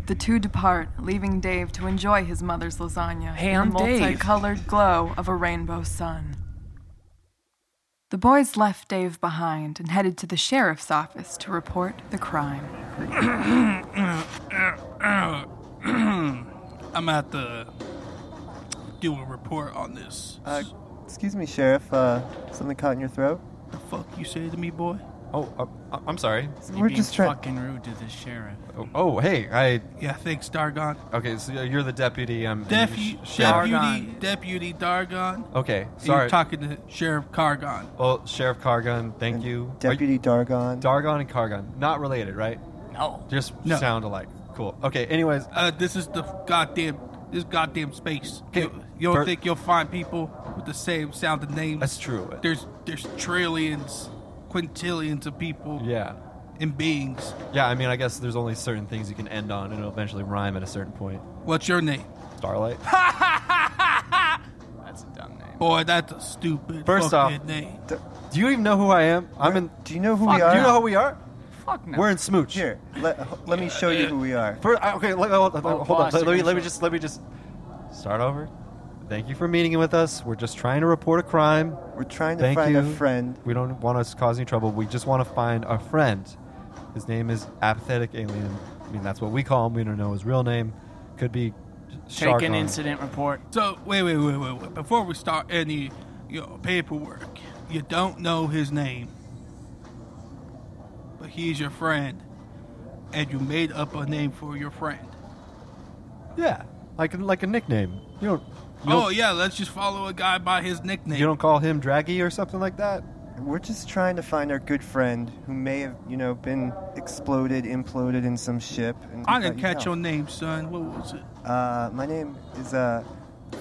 Speaker 4: The two depart, leaving Dave to enjoy his mother's lasagna
Speaker 12: Hey,
Speaker 4: in
Speaker 12: I'm
Speaker 4: the
Speaker 12: Dave.
Speaker 4: multicolored glow of a rainbow sun. The boys left Dave behind and headed to the sheriff's office to report the crime.
Speaker 13: I'm at the do a report on this.
Speaker 3: Uh, excuse me, Sheriff. Uh, something caught in your throat?
Speaker 13: the fuck you say to me, boy?
Speaker 6: Oh, uh, I'm sorry.
Speaker 3: We're just trying.
Speaker 13: fucking rude to the sheriff.
Speaker 6: Oh, oh, hey, I.
Speaker 13: Yeah, thanks, Dargon.
Speaker 6: Okay, so you're the deputy. um, I'm
Speaker 13: Deputy,
Speaker 6: sh- sheriff.
Speaker 13: deputy, deputy Dargon.
Speaker 6: Okay,
Speaker 13: And
Speaker 6: sorry.
Speaker 13: You're talking to Sheriff Cargon.
Speaker 6: Well, Sheriff Cargon, thank you.
Speaker 3: Deputy Dargon.
Speaker 6: Dargon and Cargon, not related, right?
Speaker 13: No.
Speaker 6: Just
Speaker 13: No.
Speaker 6: sound alike. Cool. Okay. Anyways,
Speaker 13: Uh, this is the goddamn this goddamn space. You, you don't
Speaker 6: Bert-
Speaker 13: think you'll find people with the same sounding names?
Speaker 6: That's true.
Speaker 13: There's there's trillions, quintillions of people.
Speaker 6: Yeah.
Speaker 13: And beings.
Speaker 6: Yeah, I mean, I guess there's only certain things you can end on, and it'll eventually rhyme at a certain point.
Speaker 13: What's your name?
Speaker 6: Starlight.
Speaker 13: That's a dumb name. Boy, that's a stupid
Speaker 6: First off,
Speaker 13: fucking name.
Speaker 6: d- do you even know who I am? I'm in.
Speaker 3: Do you know who
Speaker 6: Fuck,
Speaker 3: we are?
Speaker 6: Do you know who we are?
Speaker 12: Fuck
Speaker 6: We're in Smooch.
Speaker 3: Here, let, let me show you who we are.
Speaker 6: First, okay, let, hold, hold-
Speaker 3: Oh,
Speaker 6: hold on.
Speaker 3: boss,
Speaker 6: Let, let me,
Speaker 3: you're
Speaker 6: let me just let me just start over. Thank you for meeting with us. We're just trying to report a crime.
Speaker 3: We're trying to
Speaker 6: Thank
Speaker 3: find a
Speaker 6: you.
Speaker 3: friend.
Speaker 6: We don't want to cause any trouble. We just want to find a friend. His name is Apathetic Alien. I mean, that's what we call him. We don't know his real name. Could be Shark.
Speaker 12: report.
Speaker 13: So wait, wait, wait, wait, wait. Before we start any you know, paperwork, you don't know his name, but he's your friend, and you made up a name for your friend.
Speaker 6: Yeah, like like a nickname. You don't. You
Speaker 13: oh
Speaker 6: don't-
Speaker 13: yeah, let's just follow a guy by his nickname.
Speaker 6: You don't call him Draggy or something like that.
Speaker 3: We're just trying to find our good friend who may have, you know, been exploded, imploded in some ship. And
Speaker 13: I didn't
Speaker 3: we thought you'd
Speaker 13: catch
Speaker 3: know.
Speaker 13: your name, son. What was it?
Speaker 3: Uh, my name is uh,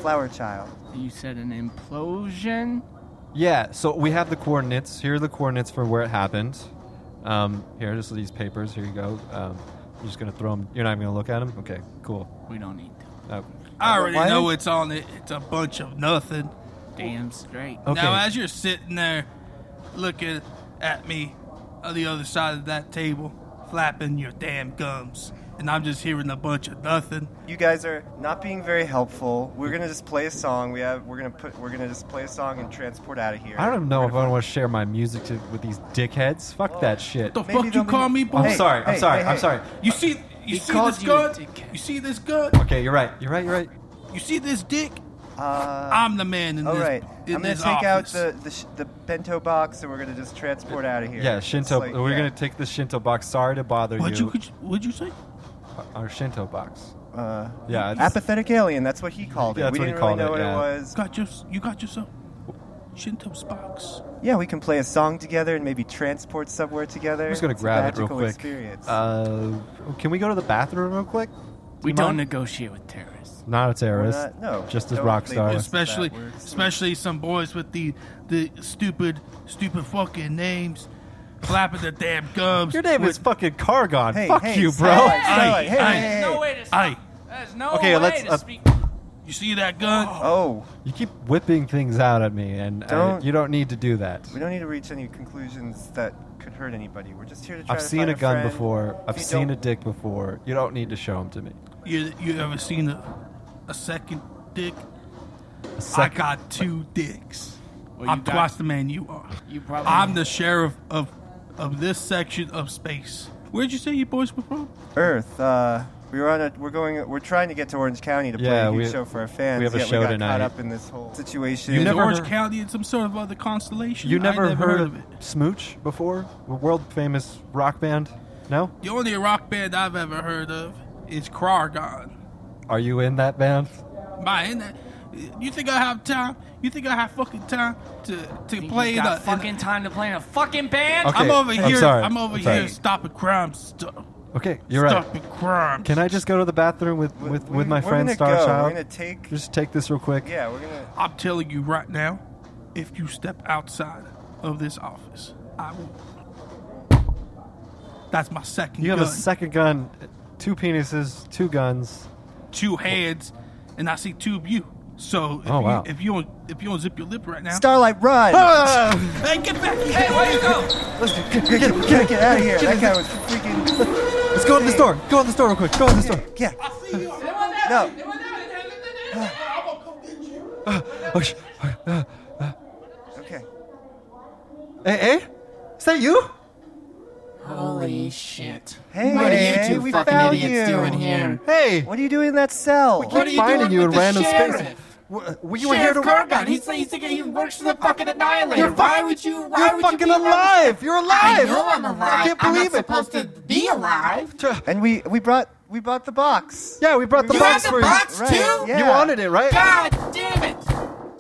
Speaker 3: Flower Child.
Speaker 14: You said an implosion?
Speaker 6: Yeah, so we have the coordinates. Here are the coordinates for where it happened. Um, here, just these papers. Here you go. Um, I'm just gonna throw them. You're not even gonna look at them. Okay, cool.
Speaker 14: We don't need
Speaker 6: to.
Speaker 13: I already know it's on it. It's a bunch of nothing.
Speaker 14: Damn straight.
Speaker 13: Now, as you're sitting there looking at me on the other side of that table, flapping your damn gums, and I'm just hearing a bunch of nothing.
Speaker 3: You guys are not being very helpful. We're gonna just play a song. We have. We're gonna put. We're gonna just play a song and transport out of here.
Speaker 6: I don't even know if I want to share my music to, with these dickheads. Fuck
Speaker 14: Oh,
Speaker 6: that shit.
Speaker 13: The fuck you call me, boy?
Speaker 6: I'm sorry. I'm sorry. I'm sorry.
Speaker 13: You see, you see
Speaker 14: called
Speaker 13: this
Speaker 14: you a
Speaker 13: gun? You see this gun?
Speaker 6: Okay, you're right. You're right. You're right.
Speaker 13: You see this dick?
Speaker 3: Uh,
Speaker 13: I'm the man in
Speaker 3: All
Speaker 13: this.
Speaker 3: right.
Speaker 13: in
Speaker 3: I'm gonna
Speaker 13: this
Speaker 3: take out
Speaker 13: office.
Speaker 3: the the, sh- the bento box and we're gonna just transport out of here.
Speaker 6: Yeah,
Speaker 3: It's
Speaker 6: Shinto.
Speaker 3: like-
Speaker 6: we're
Speaker 3: yeah.
Speaker 6: gonna take the Shinto box. Sorry to bother
Speaker 3: What'd
Speaker 6: you.
Speaker 13: What'd you say?
Speaker 6: Our Shinto box.
Speaker 3: Uh,
Speaker 6: yeah. it's-
Speaker 3: apathetic alien. That's what he called it.
Speaker 6: Yeah, that's
Speaker 3: we
Speaker 6: what he
Speaker 3: didn't really
Speaker 6: called
Speaker 3: know
Speaker 6: it,
Speaker 3: what
Speaker 6: yeah.
Speaker 3: it was.
Speaker 13: Got your, you got yourself Shinto's box.
Speaker 3: Yeah, we can play a song together and maybe transport somewhere together.
Speaker 6: I'm just gonna
Speaker 3: It's a
Speaker 6: grab it real
Speaker 3: magical
Speaker 6: quick.
Speaker 3: Experience.
Speaker 6: Uh, can we go to the bathroom real quick?
Speaker 14: We
Speaker 6: You
Speaker 14: don't
Speaker 6: mind?
Speaker 14: negotiate with terrorists.
Speaker 6: Not a terrorist.
Speaker 14: We're not- no,
Speaker 6: just a
Speaker 14: don't
Speaker 6: rock
Speaker 14: play
Speaker 6: star.
Speaker 13: especially especially some boys with the the stupid stupid fucking names flapping their damn gums
Speaker 6: Your name
Speaker 13: with-
Speaker 6: is fucking Cargon.
Speaker 13: Hey,
Speaker 6: Fuck
Speaker 13: hey,
Speaker 6: you, bro.
Speaker 13: Starlight, Starlight, hey, hey,
Speaker 6: Aye, aye.
Speaker 13: hey, hey. There's no way to stop.
Speaker 6: okay, let's. uh,
Speaker 13: You see that gun?
Speaker 3: Oh.
Speaker 6: You keep whipping things out at me, and I-
Speaker 3: Don't-
Speaker 6: you don't need to do that.
Speaker 3: We don't need to reach any conclusions that could hurt anybody. We're just here to try
Speaker 6: I've
Speaker 3: to
Speaker 6: seen
Speaker 3: find
Speaker 6: a gun
Speaker 3: friend.
Speaker 6: before.
Speaker 3: If
Speaker 6: I've
Speaker 3: you
Speaker 6: seen
Speaker 3: don't-
Speaker 6: a dick before. You don't need to show them to me.
Speaker 13: You, you ever seen a, a second dick?
Speaker 6: second-
Speaker 13: I got two dicks.
Speaker 6: Well,
Speaker 13: I'm
Speaker 6: you got-
Speaker 13: twice the man you are.
Speaker 14: You probably-
Speaker 13: I'm the sheriff of of this section of space. Where'd you say you boys were from?
Speaker 3: Earth. Uh, we were on a. We're going. We're trying to get to Orange County to
Speaker 6: Yeah,
Speaker 3: play a huge
Speaker 6: we-
Speaker 3: show for our fans.
Speaker 6: we have a
Speaker 3: yet
Speaker 6: show
Speaker 3: we got
Speaker 6: tonight.
Speaker 3: Caught up in this whole situation.
Speaker 13: Is Orange County in some sort of other constellation.
Speaker 6: You
Speaker 13: I
Speaker 6: never,
Speaker 13: never
Speaker 6: heard,
Speaker 13: heard
Speaker 6: of Smooch before? A world famous rock band? No?
Speaker 13: The only rock band I've ever heard of is Krargon.
Speaker 6: Are you in that band?
Speaker 13: My, ain't that- you think I have time? You think I have fucking time to to play
Speaker 14: you
Speaker 13: in
Speaker 14: got
Speaker 13: a in a-
Speaker 14: fucking time to play in a fucking band?
Speaker 13: I'm over here. I'm,
Speaker 6: sorry.
Speaker 13: over
Speaker 6: I'm sorry.
Speaker 13: here stopping crime stuff.
Speaker 6: Okay, you're right.
Speaker 13: Stopping crime.
Speaker 6: Can I just go to the bathroom with, with, with my
Speaker 13: we're
Speaker 6: friend
Speaker 13: gonna
Speaker 6: Star
Speaker 13: go.
Speaker 6: Child?
Speaker 13: We're gonna take-
Speaker 6: Just take this real quick.
Speaker 3: we're gonna.
Speaker 13: I'm telling you right now, if you step outside of this office, I will. That's my second.
Speaker 6: You have
Speaker 13: gun.
Speaker 6: a second gun, two penises, two guns.
Speaker 13: two hands, and I see two of you. So if
Speaker 6: Oh,
Speaker 13: you,
Speaker 6: wow.
Speaker 13: if you don't if you don't zip your lip right now,
Speaker 3: Starlight, run!
Speaker 13: hey, get back! Hey,
Speaker 3: where
Speaker 13: you go?
Speaker 3: Let's get, get, get, get, get out of here. That guy was freaking.
Speaker 6: Let's go to the store. Go to the store real quick. Go to the store.
Speaker 3: Yeah.
Speaker 9: No.
Speaker 6: Oh, sh- uh, uh.
Speaker 3: Okay.
Speaker 6: Hey, hey? Eh, Is that you?
Speaker 14: Holy shit.
Speaker 3: Hey,
Speaker 14: what are
Speaker 3: hey,
Speaker 14: you two
Speaker 3: we
Speaker 14: fucking
Speaker 3: found
Speaker 14: idiots
Speaker 3: you.
Speaker 14: doing here?
Speaker 6: Hey!
Speaker 3: What are you doing in that cell?
Speaker 14: keep What are you finding doing you in with the random sheriff? spaces.
Speaker 6: Well,
Speaker 9: You were here to Gorgon. He's, he's thinking he works for the fucking annihilator. why would you? Why would you be
Speaker 6: alive. You're
Speaker 9: alive. I know I'm alive. I can't believe am not it. Supposed to be alive.
Speaker 3: And we we brought we brought the box.
Speaker 6: Yeah, we brought
Speaker 9: You had the box too.
Speaker 3: Yeah.
Speaker 9: God damn it!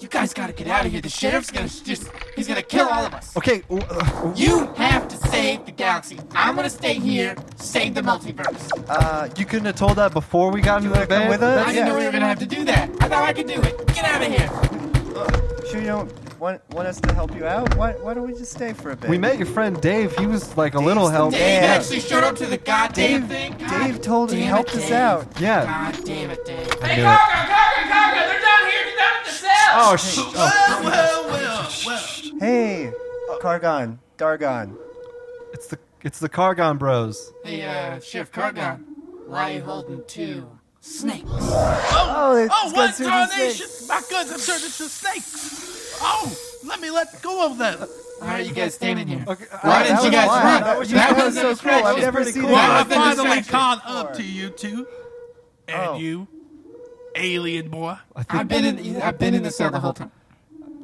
Speaker 9: You guys gotta get out of here. The sheriff's gonna sh- just. He's gonna kill all of us.
Speaker 6: Okay.
Speaker 9: You have to save the galaxy. I'm gonna stay here. Save the multiverse.
Speaker 6: Uh, you couldn't have told that before we got into the bed.
Speaker 3: with us?
Speaker 9: I didn't know we were gonna have to do that. I thought I could do it. Get out of here.
Speaker 3: Sure you don't want want us to help you out? Why why don't we just stay for a bit?
Speaker 6: We met your friend Dave. He was like a little help.
Speaker 9: Dave actually showed up to the goddamn thing.
Speaker 3: Dave told
Speaker 9: damn
Speaker 3: he
Speaker 9: it,
Speaker 3: helped us
Speaker 9: Dave.
Speaker 3: out.
Speaker 6: Yeah.
Speaker 9: God damn it, Dave.
Speaker 6: I knew it.
Speaker 9: They're down here. They're down at the cell.
Speaker 6: Oh, sh- oh.
Speaker 3: Hey, Cargon, Dargon.
Speaker 6: It's the it's the Cargon Bros.
Speaker 9: Hey, uh, Chef Cargon, why are you holding two snakes?
Speaker 3: Oh,
Speaker 9: it's
Speaker 13: Oh,
Speaker 9: gone
Speaker 13: what
Speaker 9: through the
Speaker 13: tarnation? My guns have turned into snakes. Oh, let me let go of them.
Speaker 9: Why are you guys standing here?
Speaker 13: that
Speaker 9: why didn't you
Speaker 13: was
Speaker 9: guys
Speaker 13: wild.
Speaker 9: run?
Speaker 13: That was just- that was so cool.
Speaker 9: distraction.
Speaker 13: I've never
Speaker 9: That was
Speaker 13: seen
Speaker 9: pretty
Speaker 13: it. Well, I
Speaker 9: That was a
Speaker 13: finally caught
Speaker 9: distraction.
Speaker 13: up to you two, and
Speaker 9: Oh.
Speaker 13: you, alien boy.
Speaker 9: I've been in. I've been in the cell the whole time.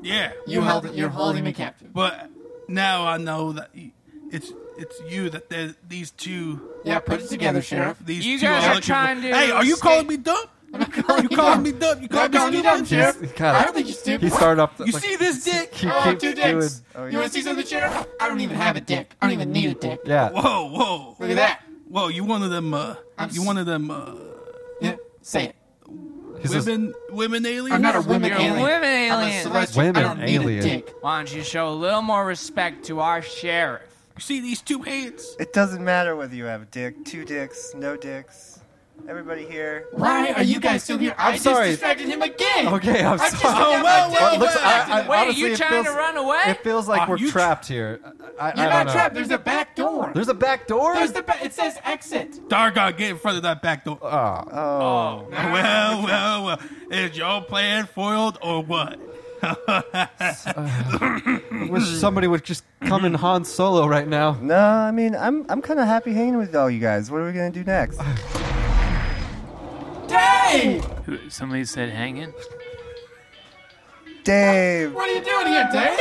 Speaker 13: Yeah,
Speaker 9: You held it. You're holding me captive.
Speaker 13: But now I know that y- it's it's you that they're- these two.
Speaker 9: Yeah, put it together, Sheriff.
Speaker 13: These
Speaker 9: You
Speaker 13: two
Speaker 9: guys are
Speaker 13: looking for-
Speaker 9: trying to
Speaker 13: Hey, are you
Speaker 9: escape-
Speaker 13: calling me dumb? You calling me dumb? You
Speaker 9: Not
Speaker 13: calling me
Speaker 9: calling you
Speaker 13: stupid?
Speaker 9: dumb, Sheriff. I don't think you're stupid.
Speaker 6: He started up.
Speaker 9: You
Speaker 6: like,
Speaker 9: see this dick?
Speaker 6: he
Speaker 9: I have
Speaker 6: keeps
Speaker 9: two
Speaker 6: doing-
Speaker 9: dicks.
Speaker 6: Oh,
Speaker 9: You
Speaker 6: yeah.
Speaker 9: want to see something, Sheriff? I don't even have a dick. I don't even need a dick.
Speaker 6: Yeah.
Speaker 13: Whoa, whoa.
Speaker 9: Look at that.
Speaker 13: Whoa, you one of them, uh, you one of them, uh.
Speaker 9: Yeah, say it.
Speaker 13: Women, women aliens?
Speaker 9: I'm not a women
Speaker 14: You're a women alien.
Speaker 6: Women alien.
Speaker 14: Why don't you show a little more respect to our sheriff?
Speaker 13: You see these two hands?
Speaker 3: It doesn't matter whether you have a dick, two dicks, no dicks. Everybody here.
Speaker 9: Why are you guys still here? I just distracted him again.
Speaker 6: Okay, I'm
Speaker 9: I
Speaker 6: sorry.
Speaker 9: just forgot my dick.
Speaker 6: It looks- I- I-
Speaker 9: Wait,
Speaker 6: honestly,
Speaker 9: you
Speaker 6: it
Speaker 9: trying to
Speaker 6: feels-
Speaker 9: run away?
Speaker 6: It feels like
Speaker 9: Are
Speaker 6: we're
Speaker 9: you
Speaker 6: trapped here. I, I,
Speaker 9: You're
Speaker 6: I
Speaker 9: not
Speaker 6: don't know.
Speaker 9: trapped. There's a back door.
Speaker 6: There's a back door.
Speaker 9: There's the back. It says exit.
Speaker 13: Dargon, get in front of that back door.
Speaker 6: Oh.
Speaker 13: Oh. Well, well, well. Is your plan foiled or what?
Speaker 6: I wish somebody would just come in Han Solo right now.
Speaker 3: No, I mean I'm I'm kind of happy hanging with all you guys. What are we gonna do next?
Speaker 9: Dave!
Speaker 12: Who- Somebody said hang in.
Speaker 3: Dave.
Speaker 9: What are you doing here, Dave?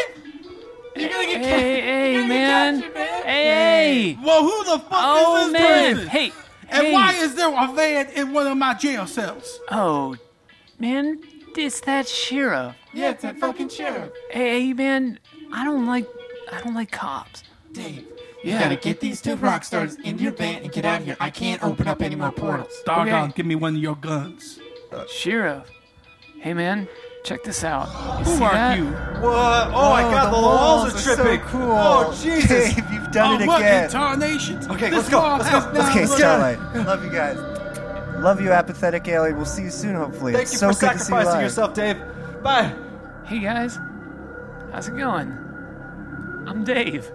Speaker 9: You're gonna get
Speaker 12: Hey,
Speaker 9: kicked.
Speaker 12: hey,
Speaker 9: You're gonna
Speaker 12: man.
Speaker 9: Get captured, man.
Speaker 12: Hey, hey.
Speaker 13: Well, who the fuck
Speaker 12: Oh,
Speaker 13: is this
Speaker 12: man.
Speaker 13: person?
Speaker 12: Hey,
Speaker 13: And
Speaker 12: hey.
Speaker 13: why is there a van in one of my jail cells?
Speaker 12: Oh, man, it's that sheriff.
Speaker 9: Yeah, it's that fucking sheriff.
Speaker 12: Hey, man, I don't like, I don't like cops.
Speaker 9: Dave, you gotta get these two rock stars into your van and get out of here. I can't open up any more portals.
Speaker 13: Dargon, give me one of your guns.
Speaker 12: Sheriff. Hey, man, check this out. You
Speaker 13: Who
Speaker 12: see
Speaker 13: are
Speaker 12: that?
Speaker 13: you?
Speaker 6: What? Oh my God! The, walls, are tripping.
Speaker 3: cool.
Speaker 6: Oh Jesus!
Speaker 3: Dave, you've done
Speaker 13: oh,
Speaker 3: it
Speaker 13: what
Speaker 3: again.
Speaker 13: incarnations?
Speaker 6: Okay,
Speaker 13: This
Speaker 6: let's go,
Speaker 13: wall
Speaker 6: let's go.
Speaker 13: has now
Speaker 3: Okay,
Speaker 13: run-
Speaker 3: Starlight. Love you guys. Love you, apathetic alien. We'll see you soon, hopefully.
Speaker 6: Thank
Speaker 3: it's
Speaker 6: you
Speaker 3: so
Speaker 6: for
Speaker 3: good to see you
Speaker 6: sacrificing
Speaker 3: live.
Speaker 6: yourself, Dave. Bye.
Speaker 12: Hey guys, how's it going? I'm Dave.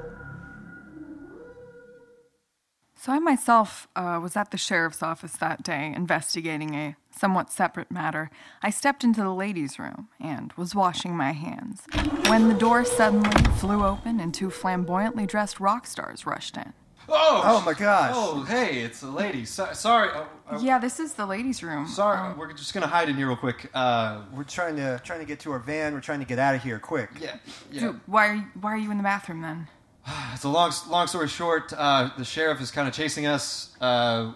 Speaker 4: So I myself uh, was at the sheriff's office that day investigating a somewhat separate matter. I stepped into the ladies' room and was washing my hands when the door suddenly flew open and two flamboyantly dressed rock stars rushed in.
Speaker 6: Oh!
Speaker 3: Oh my gosh.
Speaker 6: Oh, hey, it's the lady. So, sorry. Uh, uh,
Speaker 4: Yeah, this is the ladies' room.
Speaker 6: Sorry, oh, we're just gonna hide in here real quick. Uh,
Speaker 3: we're trying to trying to get to our van. We're trying to get out of here quick.
Speaker 6: Yeah,
Speaker 4: Dude, why are you, why are you in the bathroom then?
Speaker 6: It's a long, long story short. Uh, the sheriff is kind of chasing us uh,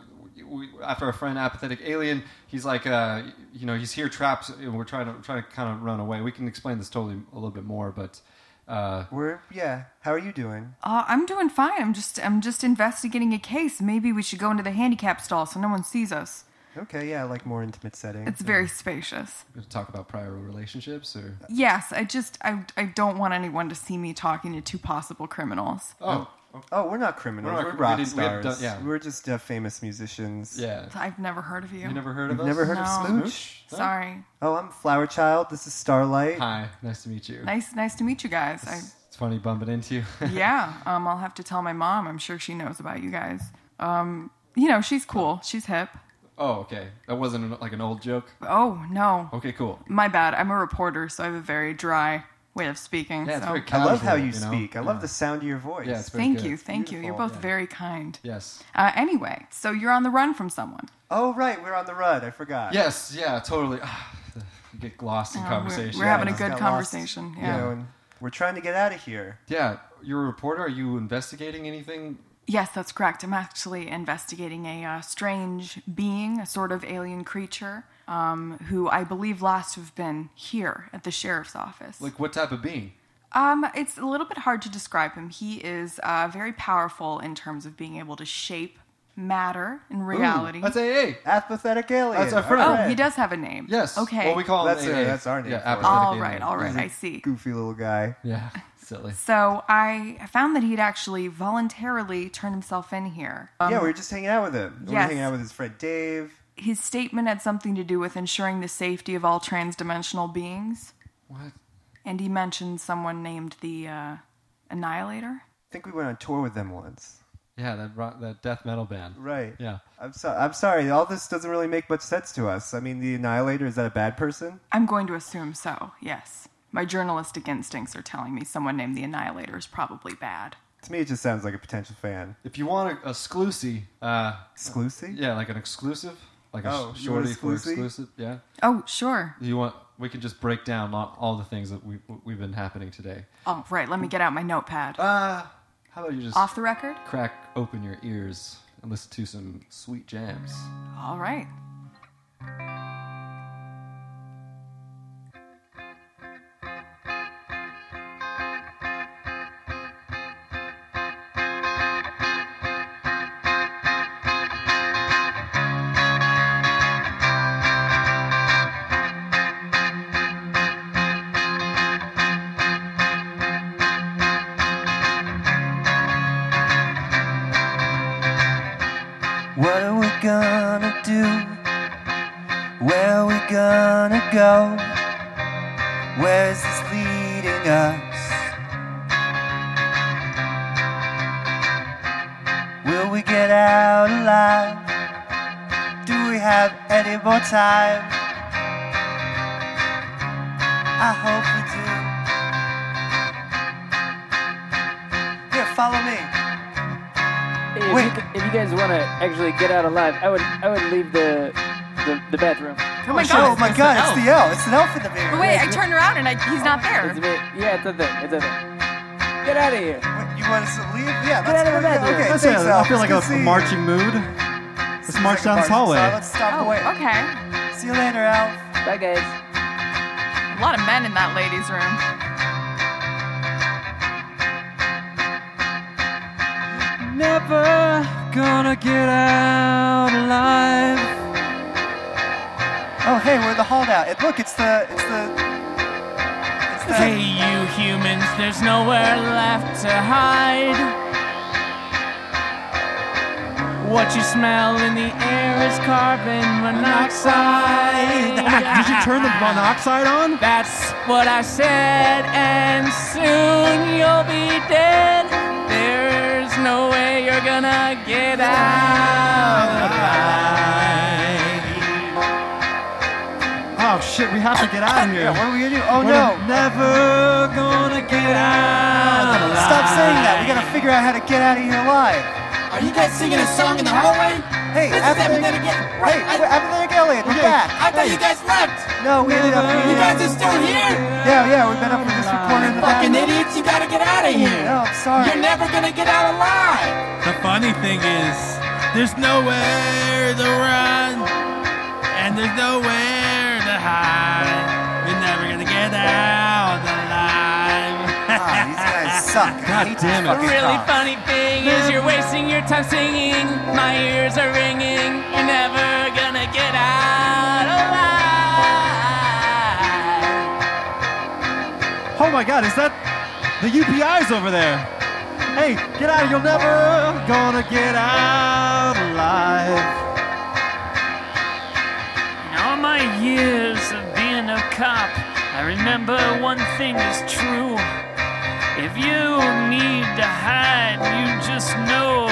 Speaker 6: we, after our friend, apathetic alien. He's like, uh, you know, he's here trapped, and we're trying to we're trying to kind of run away. We can explain this totally a little bit more, but uh,
Speaker 3: we're yeah. How are you doing?
Speaker 4: Uh, I'm doing fine. I'm just I'm just investigating a case. Maybe we should go into the handicap stall so no one sees us.
Speaker 3: Okay, yeah, I like more intimate setting.
Speaker 4: It's very spacious.
Speaker 6: Gonna talk about prior relationships, or
Speaker 4: Yes, I just I, I don't want anyone to see me talking to two possible criminals.
Speaker 6: Oh.
Speaker 3: Oh, we're not criminals.
Speaker 6: We're
Speaker 3: We're,
Speaker 6: not- we
Speaker 3: rock
Speaker 6: didn't- we
Speaker 3: stars.
Speaker 6: have done- yeah.
Speaker 3: We're just uh, famous musicians.
Speaker 6: Yeah.
Speaker 4: I've never heard of you.
Speaker 6: You never heard
Speaker 3: You've
Speaker 6: of us?
Speaker 3: never heard
Speaker 4: No.
Speaker 3: of Smooch?
Speaker 4: Sorry.
Speaker 3: Oh, I'm Flower Child. This is Starlight.
Speaker 6: Hi, nice to meet you.
Speaker 4: Nice nice to meet you guys.
Speaker 6: <laughs>
Speaker 4: I,
Speaker 6: It's funny bumping into you.
Speaker 4: yeah, um, I'll have to tell my mom. I'm sure she knows about you guys. Um, you know, she's cool. She's hip.
Speaker 6: oh, okay. That wasn't an, like an old joke.
Speaker 4: Oh no.
Speaker 6: Okay, cool.
Speaker 4: My bad. I'm a reporter, so I have a very dry way of speaking. so.
Speaker 3: I love how you,
Speaker 6: you know?
Speaker 3: speak. I love
Speaker 6: Yeah.
Speaker 3: the sound of your voice.
Speaker 6: Yeah, it's very
Speaker 4: Thank
Speaker 6: good.
Speaker 4: you, thank you. You're
Speaker 3: Beautiful.
Speaker 4: both very kind.
Speaker 6: Yes.
Speaker 4: Uh, anyway, so you're on the run from someone.
Speaker 3: Oh, right. We're on the run. I forgot.
Speaker 6: Yes, yeah, totally. Ah, <sighs> You get lost in
Speaker 4: Oh, we're-
Speaker 6: conversation.
Speaker 4: we're having a
Speaker 6: Yeah.
Speaker 4: good
Speaker 3: got
Speaker 4: conversation,
Speaker 3: you
Speaker 4: yeah.
Speaker 3: know, and we're trying to get out of here.
Speaker 6: Yeah, you're a reporter. Are you investigating anything?
Speaker 4: Yes, that's correct. I'm actually investigating a uh, strange being, a sort of alien creature, um, who I believe last to have been here at the sheriff's office.
Speaker 6: Like what type of being?
Speaker 4: Um, it's a little bit hard to describe him. He is uh, very powerful in terms of being able to shape matter in reality.
Speaker 6: that's AA.
Speaker 3: Apathetic alien.
Speaker 6: That's our friend.
Speaker 4: Oh, he does have a name.
Speaker 6: Yes.
Speaker 4: Okay.
Speaker 6: Well, we call him
Speaker 3: that's,
Speaker 6: AA.
Speaker 3: our, that's our name.
Speaker 6: Yeah,
Speaker 3: for him.
Speaker 6: apathetic
Speaker 4: All right, all right,
Speaker 6: Mm-hmm.
Speaker 3: He's
Speaker 4: <laughs>
Speaker 3: a
Speaker 4: I see.
Speaker 3: Goofy little guy.
Speaker 6: Yeah, silly.
Speaker 4: So I found that he'd actually voluntarily turned himself in here. Um,
Speaker 3: yeah, we were just hanging out with him. We were
Speaker 4: Yes.
Speaker 3: hanging out with his friend Dave.
Speaker 4: His statement had something to do with ensuring the safety of all trans-dimensional beings,
Speaker 6: What?
Speaker 4: and he mentioned someone named the uh, Annihilator.
Speaker 3: I think we went on tour with them once.
Speaker 6: Yeah, that rock, that death metal band.
Speaker 3: Right.
Speaker 6: Yeah.
Speaker 3: I'm, so- I'm sorry. All this doesn't really make much sense to us. I mean, the Annihilator, is that a bad person?
Speaker 4: I'm going to assume so. Yes, my journalistic instincts are telling me someone named the Annihilator is probably bad.
Speaker 3: To me, it just sounds like a potential fan.
Speaker 6: If you want a, a exclusive, uh,
Speaker 3: exclusive?
Speaker 6: Yeah, like an exclusive, like a
Speaker 3: Oh,
Speaker 6: sh-
Speaker 3: you want
Speaker 6: shorty for
Speaker 3: exclusive?
Speaker 6: exclusive. Yeah.
Speaker 4: Oh, sure.
Speaker 6: You want? We can just break down all, all the things that we we've been happening today.
Speaker 4: Oh, right. Let me get out my notepad.
Speaker 6: Uh, how about you just
Speaker 4: off the record?
Speaker 6: Crack open your ears and listen to some sweet jams.
Speaker 4: All right.
Speaker 9: What are we gonna do? Where are we gonna go? Where is this leading us? Will we get out alive? Do we have any more time? I hope we do. Here, follow me.
Speaker 5: If,
Speaker 9: Wait.
Speaker 5: You, g- if you guys want to actually get out alive, I would I would leave the the, the bathroom.
Speaker 4: Oh my Oh, God,
Speaker 3: Oh my god, it's the L. It's an elf in the mirror.
Speaker 4: But wait, I turned around and I, he's not there.
Speaker 5: It's a bit, yeah, it's a thing. It's a thing. Get out of here.
Speaker 3: You want us to leave? Yeah,
Speaker 5: Get out of the bathroom.
Speaker 3: Okay,
Speaker 1: That's it.
Speaker 3: thanks,
Speaker 1: I
Speaker 3: Al.
Speaker 1: feel like a,
Speaker 3: Let's go see-
Speaker 1: marching mood. Let's march down this
Speaker 3: marching song.
Speaker 1: hallway.
Speaker 3: Let's stop
Speaker 4: oh,
Speaker 3: the way.
Speaker 4: okay.
Speaker 3: See you later, Al.
Speaker 5: Bye, guys.
Speaker 4: A lot of men in that ladies' room.
Speaker 9: Never gonna get out alive.
Speaker 3: Oh hey, we're in the hall now. And look, it's the it's the
Speaker 14: Hey, you humans, there's nowhere left to hide.
Speaker 5: What you smell in the air is carbon
Speaker 15: <laughs>
Speaker 5: monoxide.
Speaker 15: Did you turn the monoxide on?
Speaker 5: That's what I said, and soon you'll be dead. There's no way you're gonna get out.
Speaker 15: Oh shit, we have to get out of here.
Speaker 3: what are we gonna do? Oh
Speaker 15: We're
Speaker 3: no!
Speaker 15: Never gonna get out.
Speaker 3: Stop saying that. We gotta figure out how to get out of here alive. Are you guys singing a song in the hallway? Hey,
Speaker 9: This is Apathetic-
Speaker 3: Right, hey, we're Apathetic Alien, we're
Speaker 9: Okay.
Speaker 3: back.
Speaker 9: I thought you guys
Speaker 3: left. No, we ended up.
Speaker 9: You guys are still here?
Speaker 3: Yeah, yeah, we've been up with this recorder in the
Speaker 9: Fucking
Speaker 3: back.
Speaker 9: idiots, you gotta get out of here.
Speaker 3: No,
Speaker 15: Oh,
Speaker 3: I'm sorry.
Speaker 9: You're never gonna get out alive.
Speaker 13: The funny thing is, there's nowhere to run, and there's nowhere to hide. You're never gonna get out alive.
Speaker 3: Ah, these guys suck.
Speaker 13: God damn
Speaker 5: The really funny thing is you're wasting your time singing. My ears are ringing. You're never gonna get out alive.
Speaker 15: Oh my god, is that the UPIs over there? Hey, get out! You're never gonna get out alive.
Speaker 5: In all my years of being a cop, I remember one thing is true. If you need to hide, you just know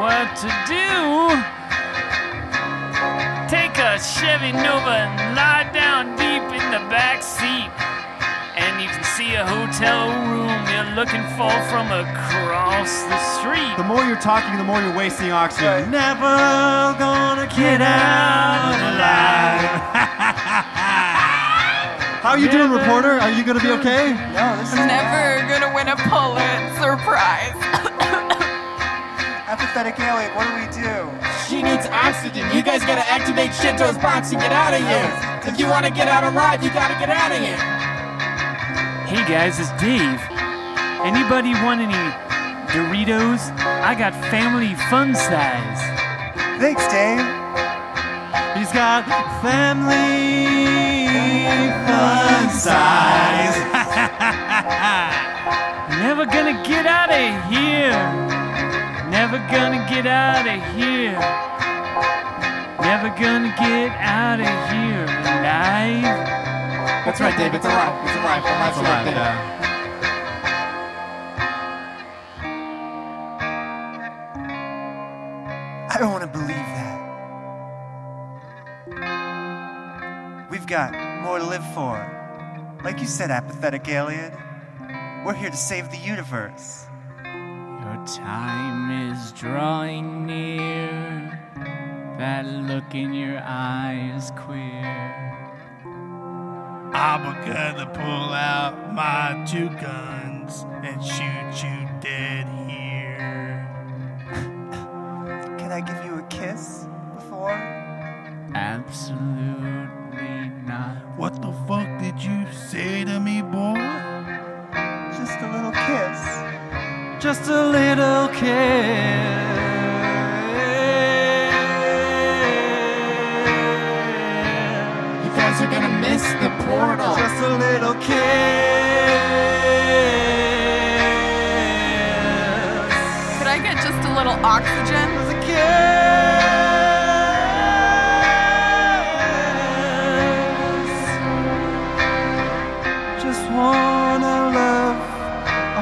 Speaker 5: what to do. Take a Chevy Nova and lie down deep in the back seat. And you can see a hotel room you're looking for from across the street.
Speaker 15: The more you're talking, the more you're wasting oxygen. Never gonna get out alive. <laughs> How are you doing, reporter? Are you gonna be okay?
Speaker 3: No, this is
Speaker 4: never gonna win a Pulitzer Prize.
Speaker 3: Apathetic Alien, what do we do?
Speaker 9: She needs oxygen. You guys gotta activate Shinto's box and get out of here. If you wanna get out alive, you gotta get out of here.
Speaker 5: Hey guys, it's Dave. Anybody want any Doritos? I got family fun size.
Speaker 3: Thanks, Dave.
Speaker 15: He's got family fun size.
Speaker 5: <laughs> Never gonna get out of here. Never gonna get out of here. Never gonna get out of here alive.
Speaker 9: That's right, Dave. It's alive. It's alive. Alive's alive. Dave.
Speaker 3: I don't want to believe that. We've got more to live for. Like you said, apathetic alien, we're here to save the universe.
Speaker 7: Your time is drawing near. That look in your eye is queer.
Speaker 13: I'm gonna pull out my two guns and shoot you dead here.
Speaker 3: Can I give you a kiss before?
Speaker 7: Absolutely not.
Speaker 13: What the fuck did you say to me, boy?
Speaker 3: Just a little kiss.
Speaker 15: Just a little kiss.
Speaker 9: You guys are gonna miss the portal.
Speaker 15: Just a little kiss.
Speaker 4: Could I get just a little oxygen?
Speaker 15: Just wanna love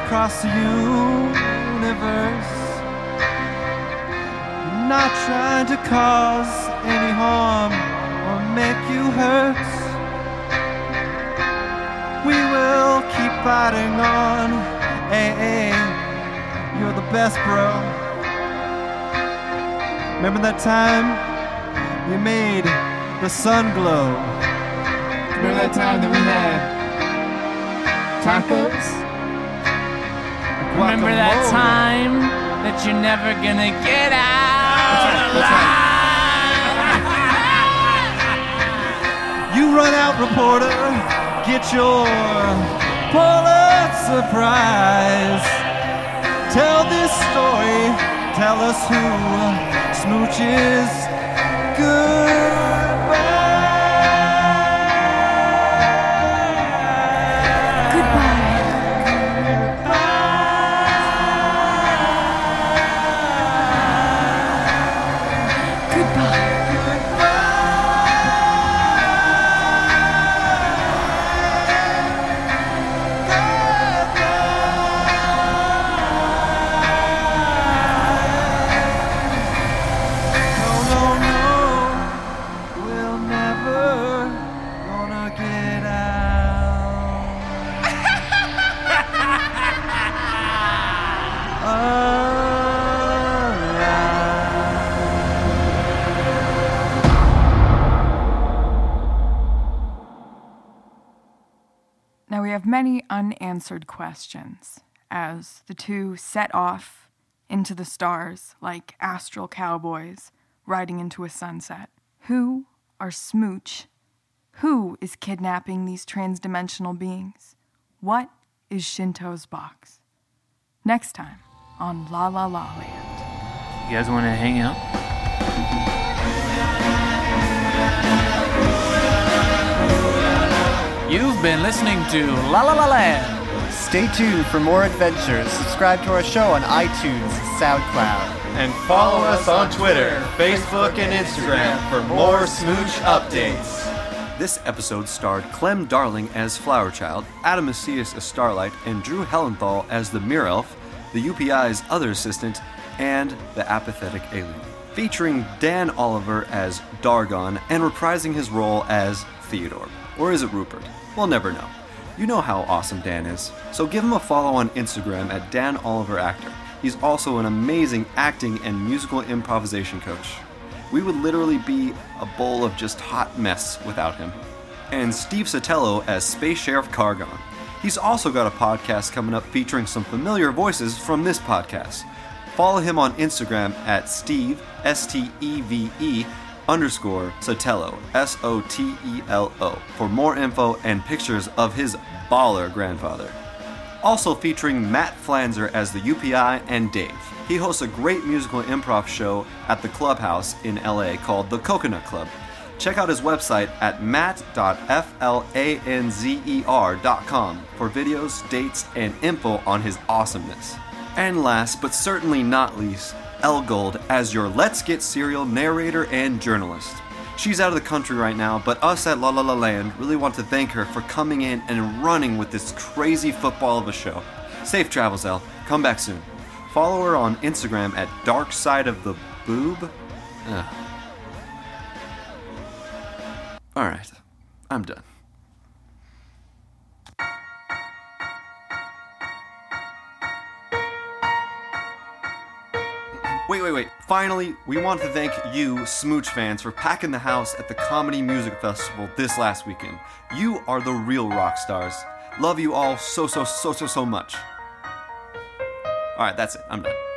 Speaker 15: across the universe. Not trying to cause any harm or make you hurt. We will keep fighting on. Hey, hey, you're the best, bro. Remember that time you made the sun glow?
Speaker 9: Remember that time that we had tacos?
Speaker 5: Remember that
Speaker 9: Guacamole.
Speaker 5: time that you're never gonna get out
Speaker 15: You run out, reporter. Get your Pulitzer Prize. Tell this story. Tell us who smooches goodbye.
Speaker 9: Goodbye.
Speaker 4: have many unanswered questions as the two set off into the stars like astral cowboys riding into a sunset. Who are Smooch? Who is kidnapping these transdimensional beings? What is Shinto's box? Next time on La La La Land.
Speaker 10: You guys want to hang out?
Speaker 7: You've been listening to La La La Land.
Speaker 3: Stay tuned for more adventures. Subscribe to our show on iTunes, SoundCloud.
Speaker 16: And follow us on Twitter, Facebook, and Instagram for more smooch updates.
Speaker 6: This episode starred Clem Darling as Flowerchild, Adam Macias as Starlight, and Drew Hellenthal as the Mirror Elf, the UPI's other assistant, and the apathetic alien. Featuring Dan Oliver as Dargon and reprising his role as Theodore. Or is it Rupert? We'll never know. You know how awesome Dan is, so give him a follow on Instagram at Dan Oliver Actor. He's also an amazing acting and musical improvisation coach. We would literally be a bowl of just hot mess without him. And Steve Sotelo as Space Sheriff Cargon. He's also got a podcast coming up featuring some familiar voices from this podcast. Follow him on Instagram at Steve, S T E V E, underscore Sotelo, S O T E L O, for more info and pictures of his baller grandfather also featuring Matt Flanzer as the UPI and Dave. He hosts a great musical improv show at the clubhouse in LA called The Coconut Club. Check out his website at E matt.flanzer.com for videos, dates, and info on his awesomeness. And last but certainly not least, El Gold as your Let's Get Serial narrator and journalist. She's out of the country right now, but us at La La La Land really want to thank her for coming in and running with this crazy football of a show. Safe travels, El. Come back soon. Follow her on Instagram at Dark Side of the Boob. Ugh. All right, I'm done. Wait, wait, wait. Finally, we want to thank you, Smooch fans, for packing the house at the Comedy Music Festival this last weekend. You are the real rock stars. Love you all so, so, so, so, so much. All right, that's it. I'm done.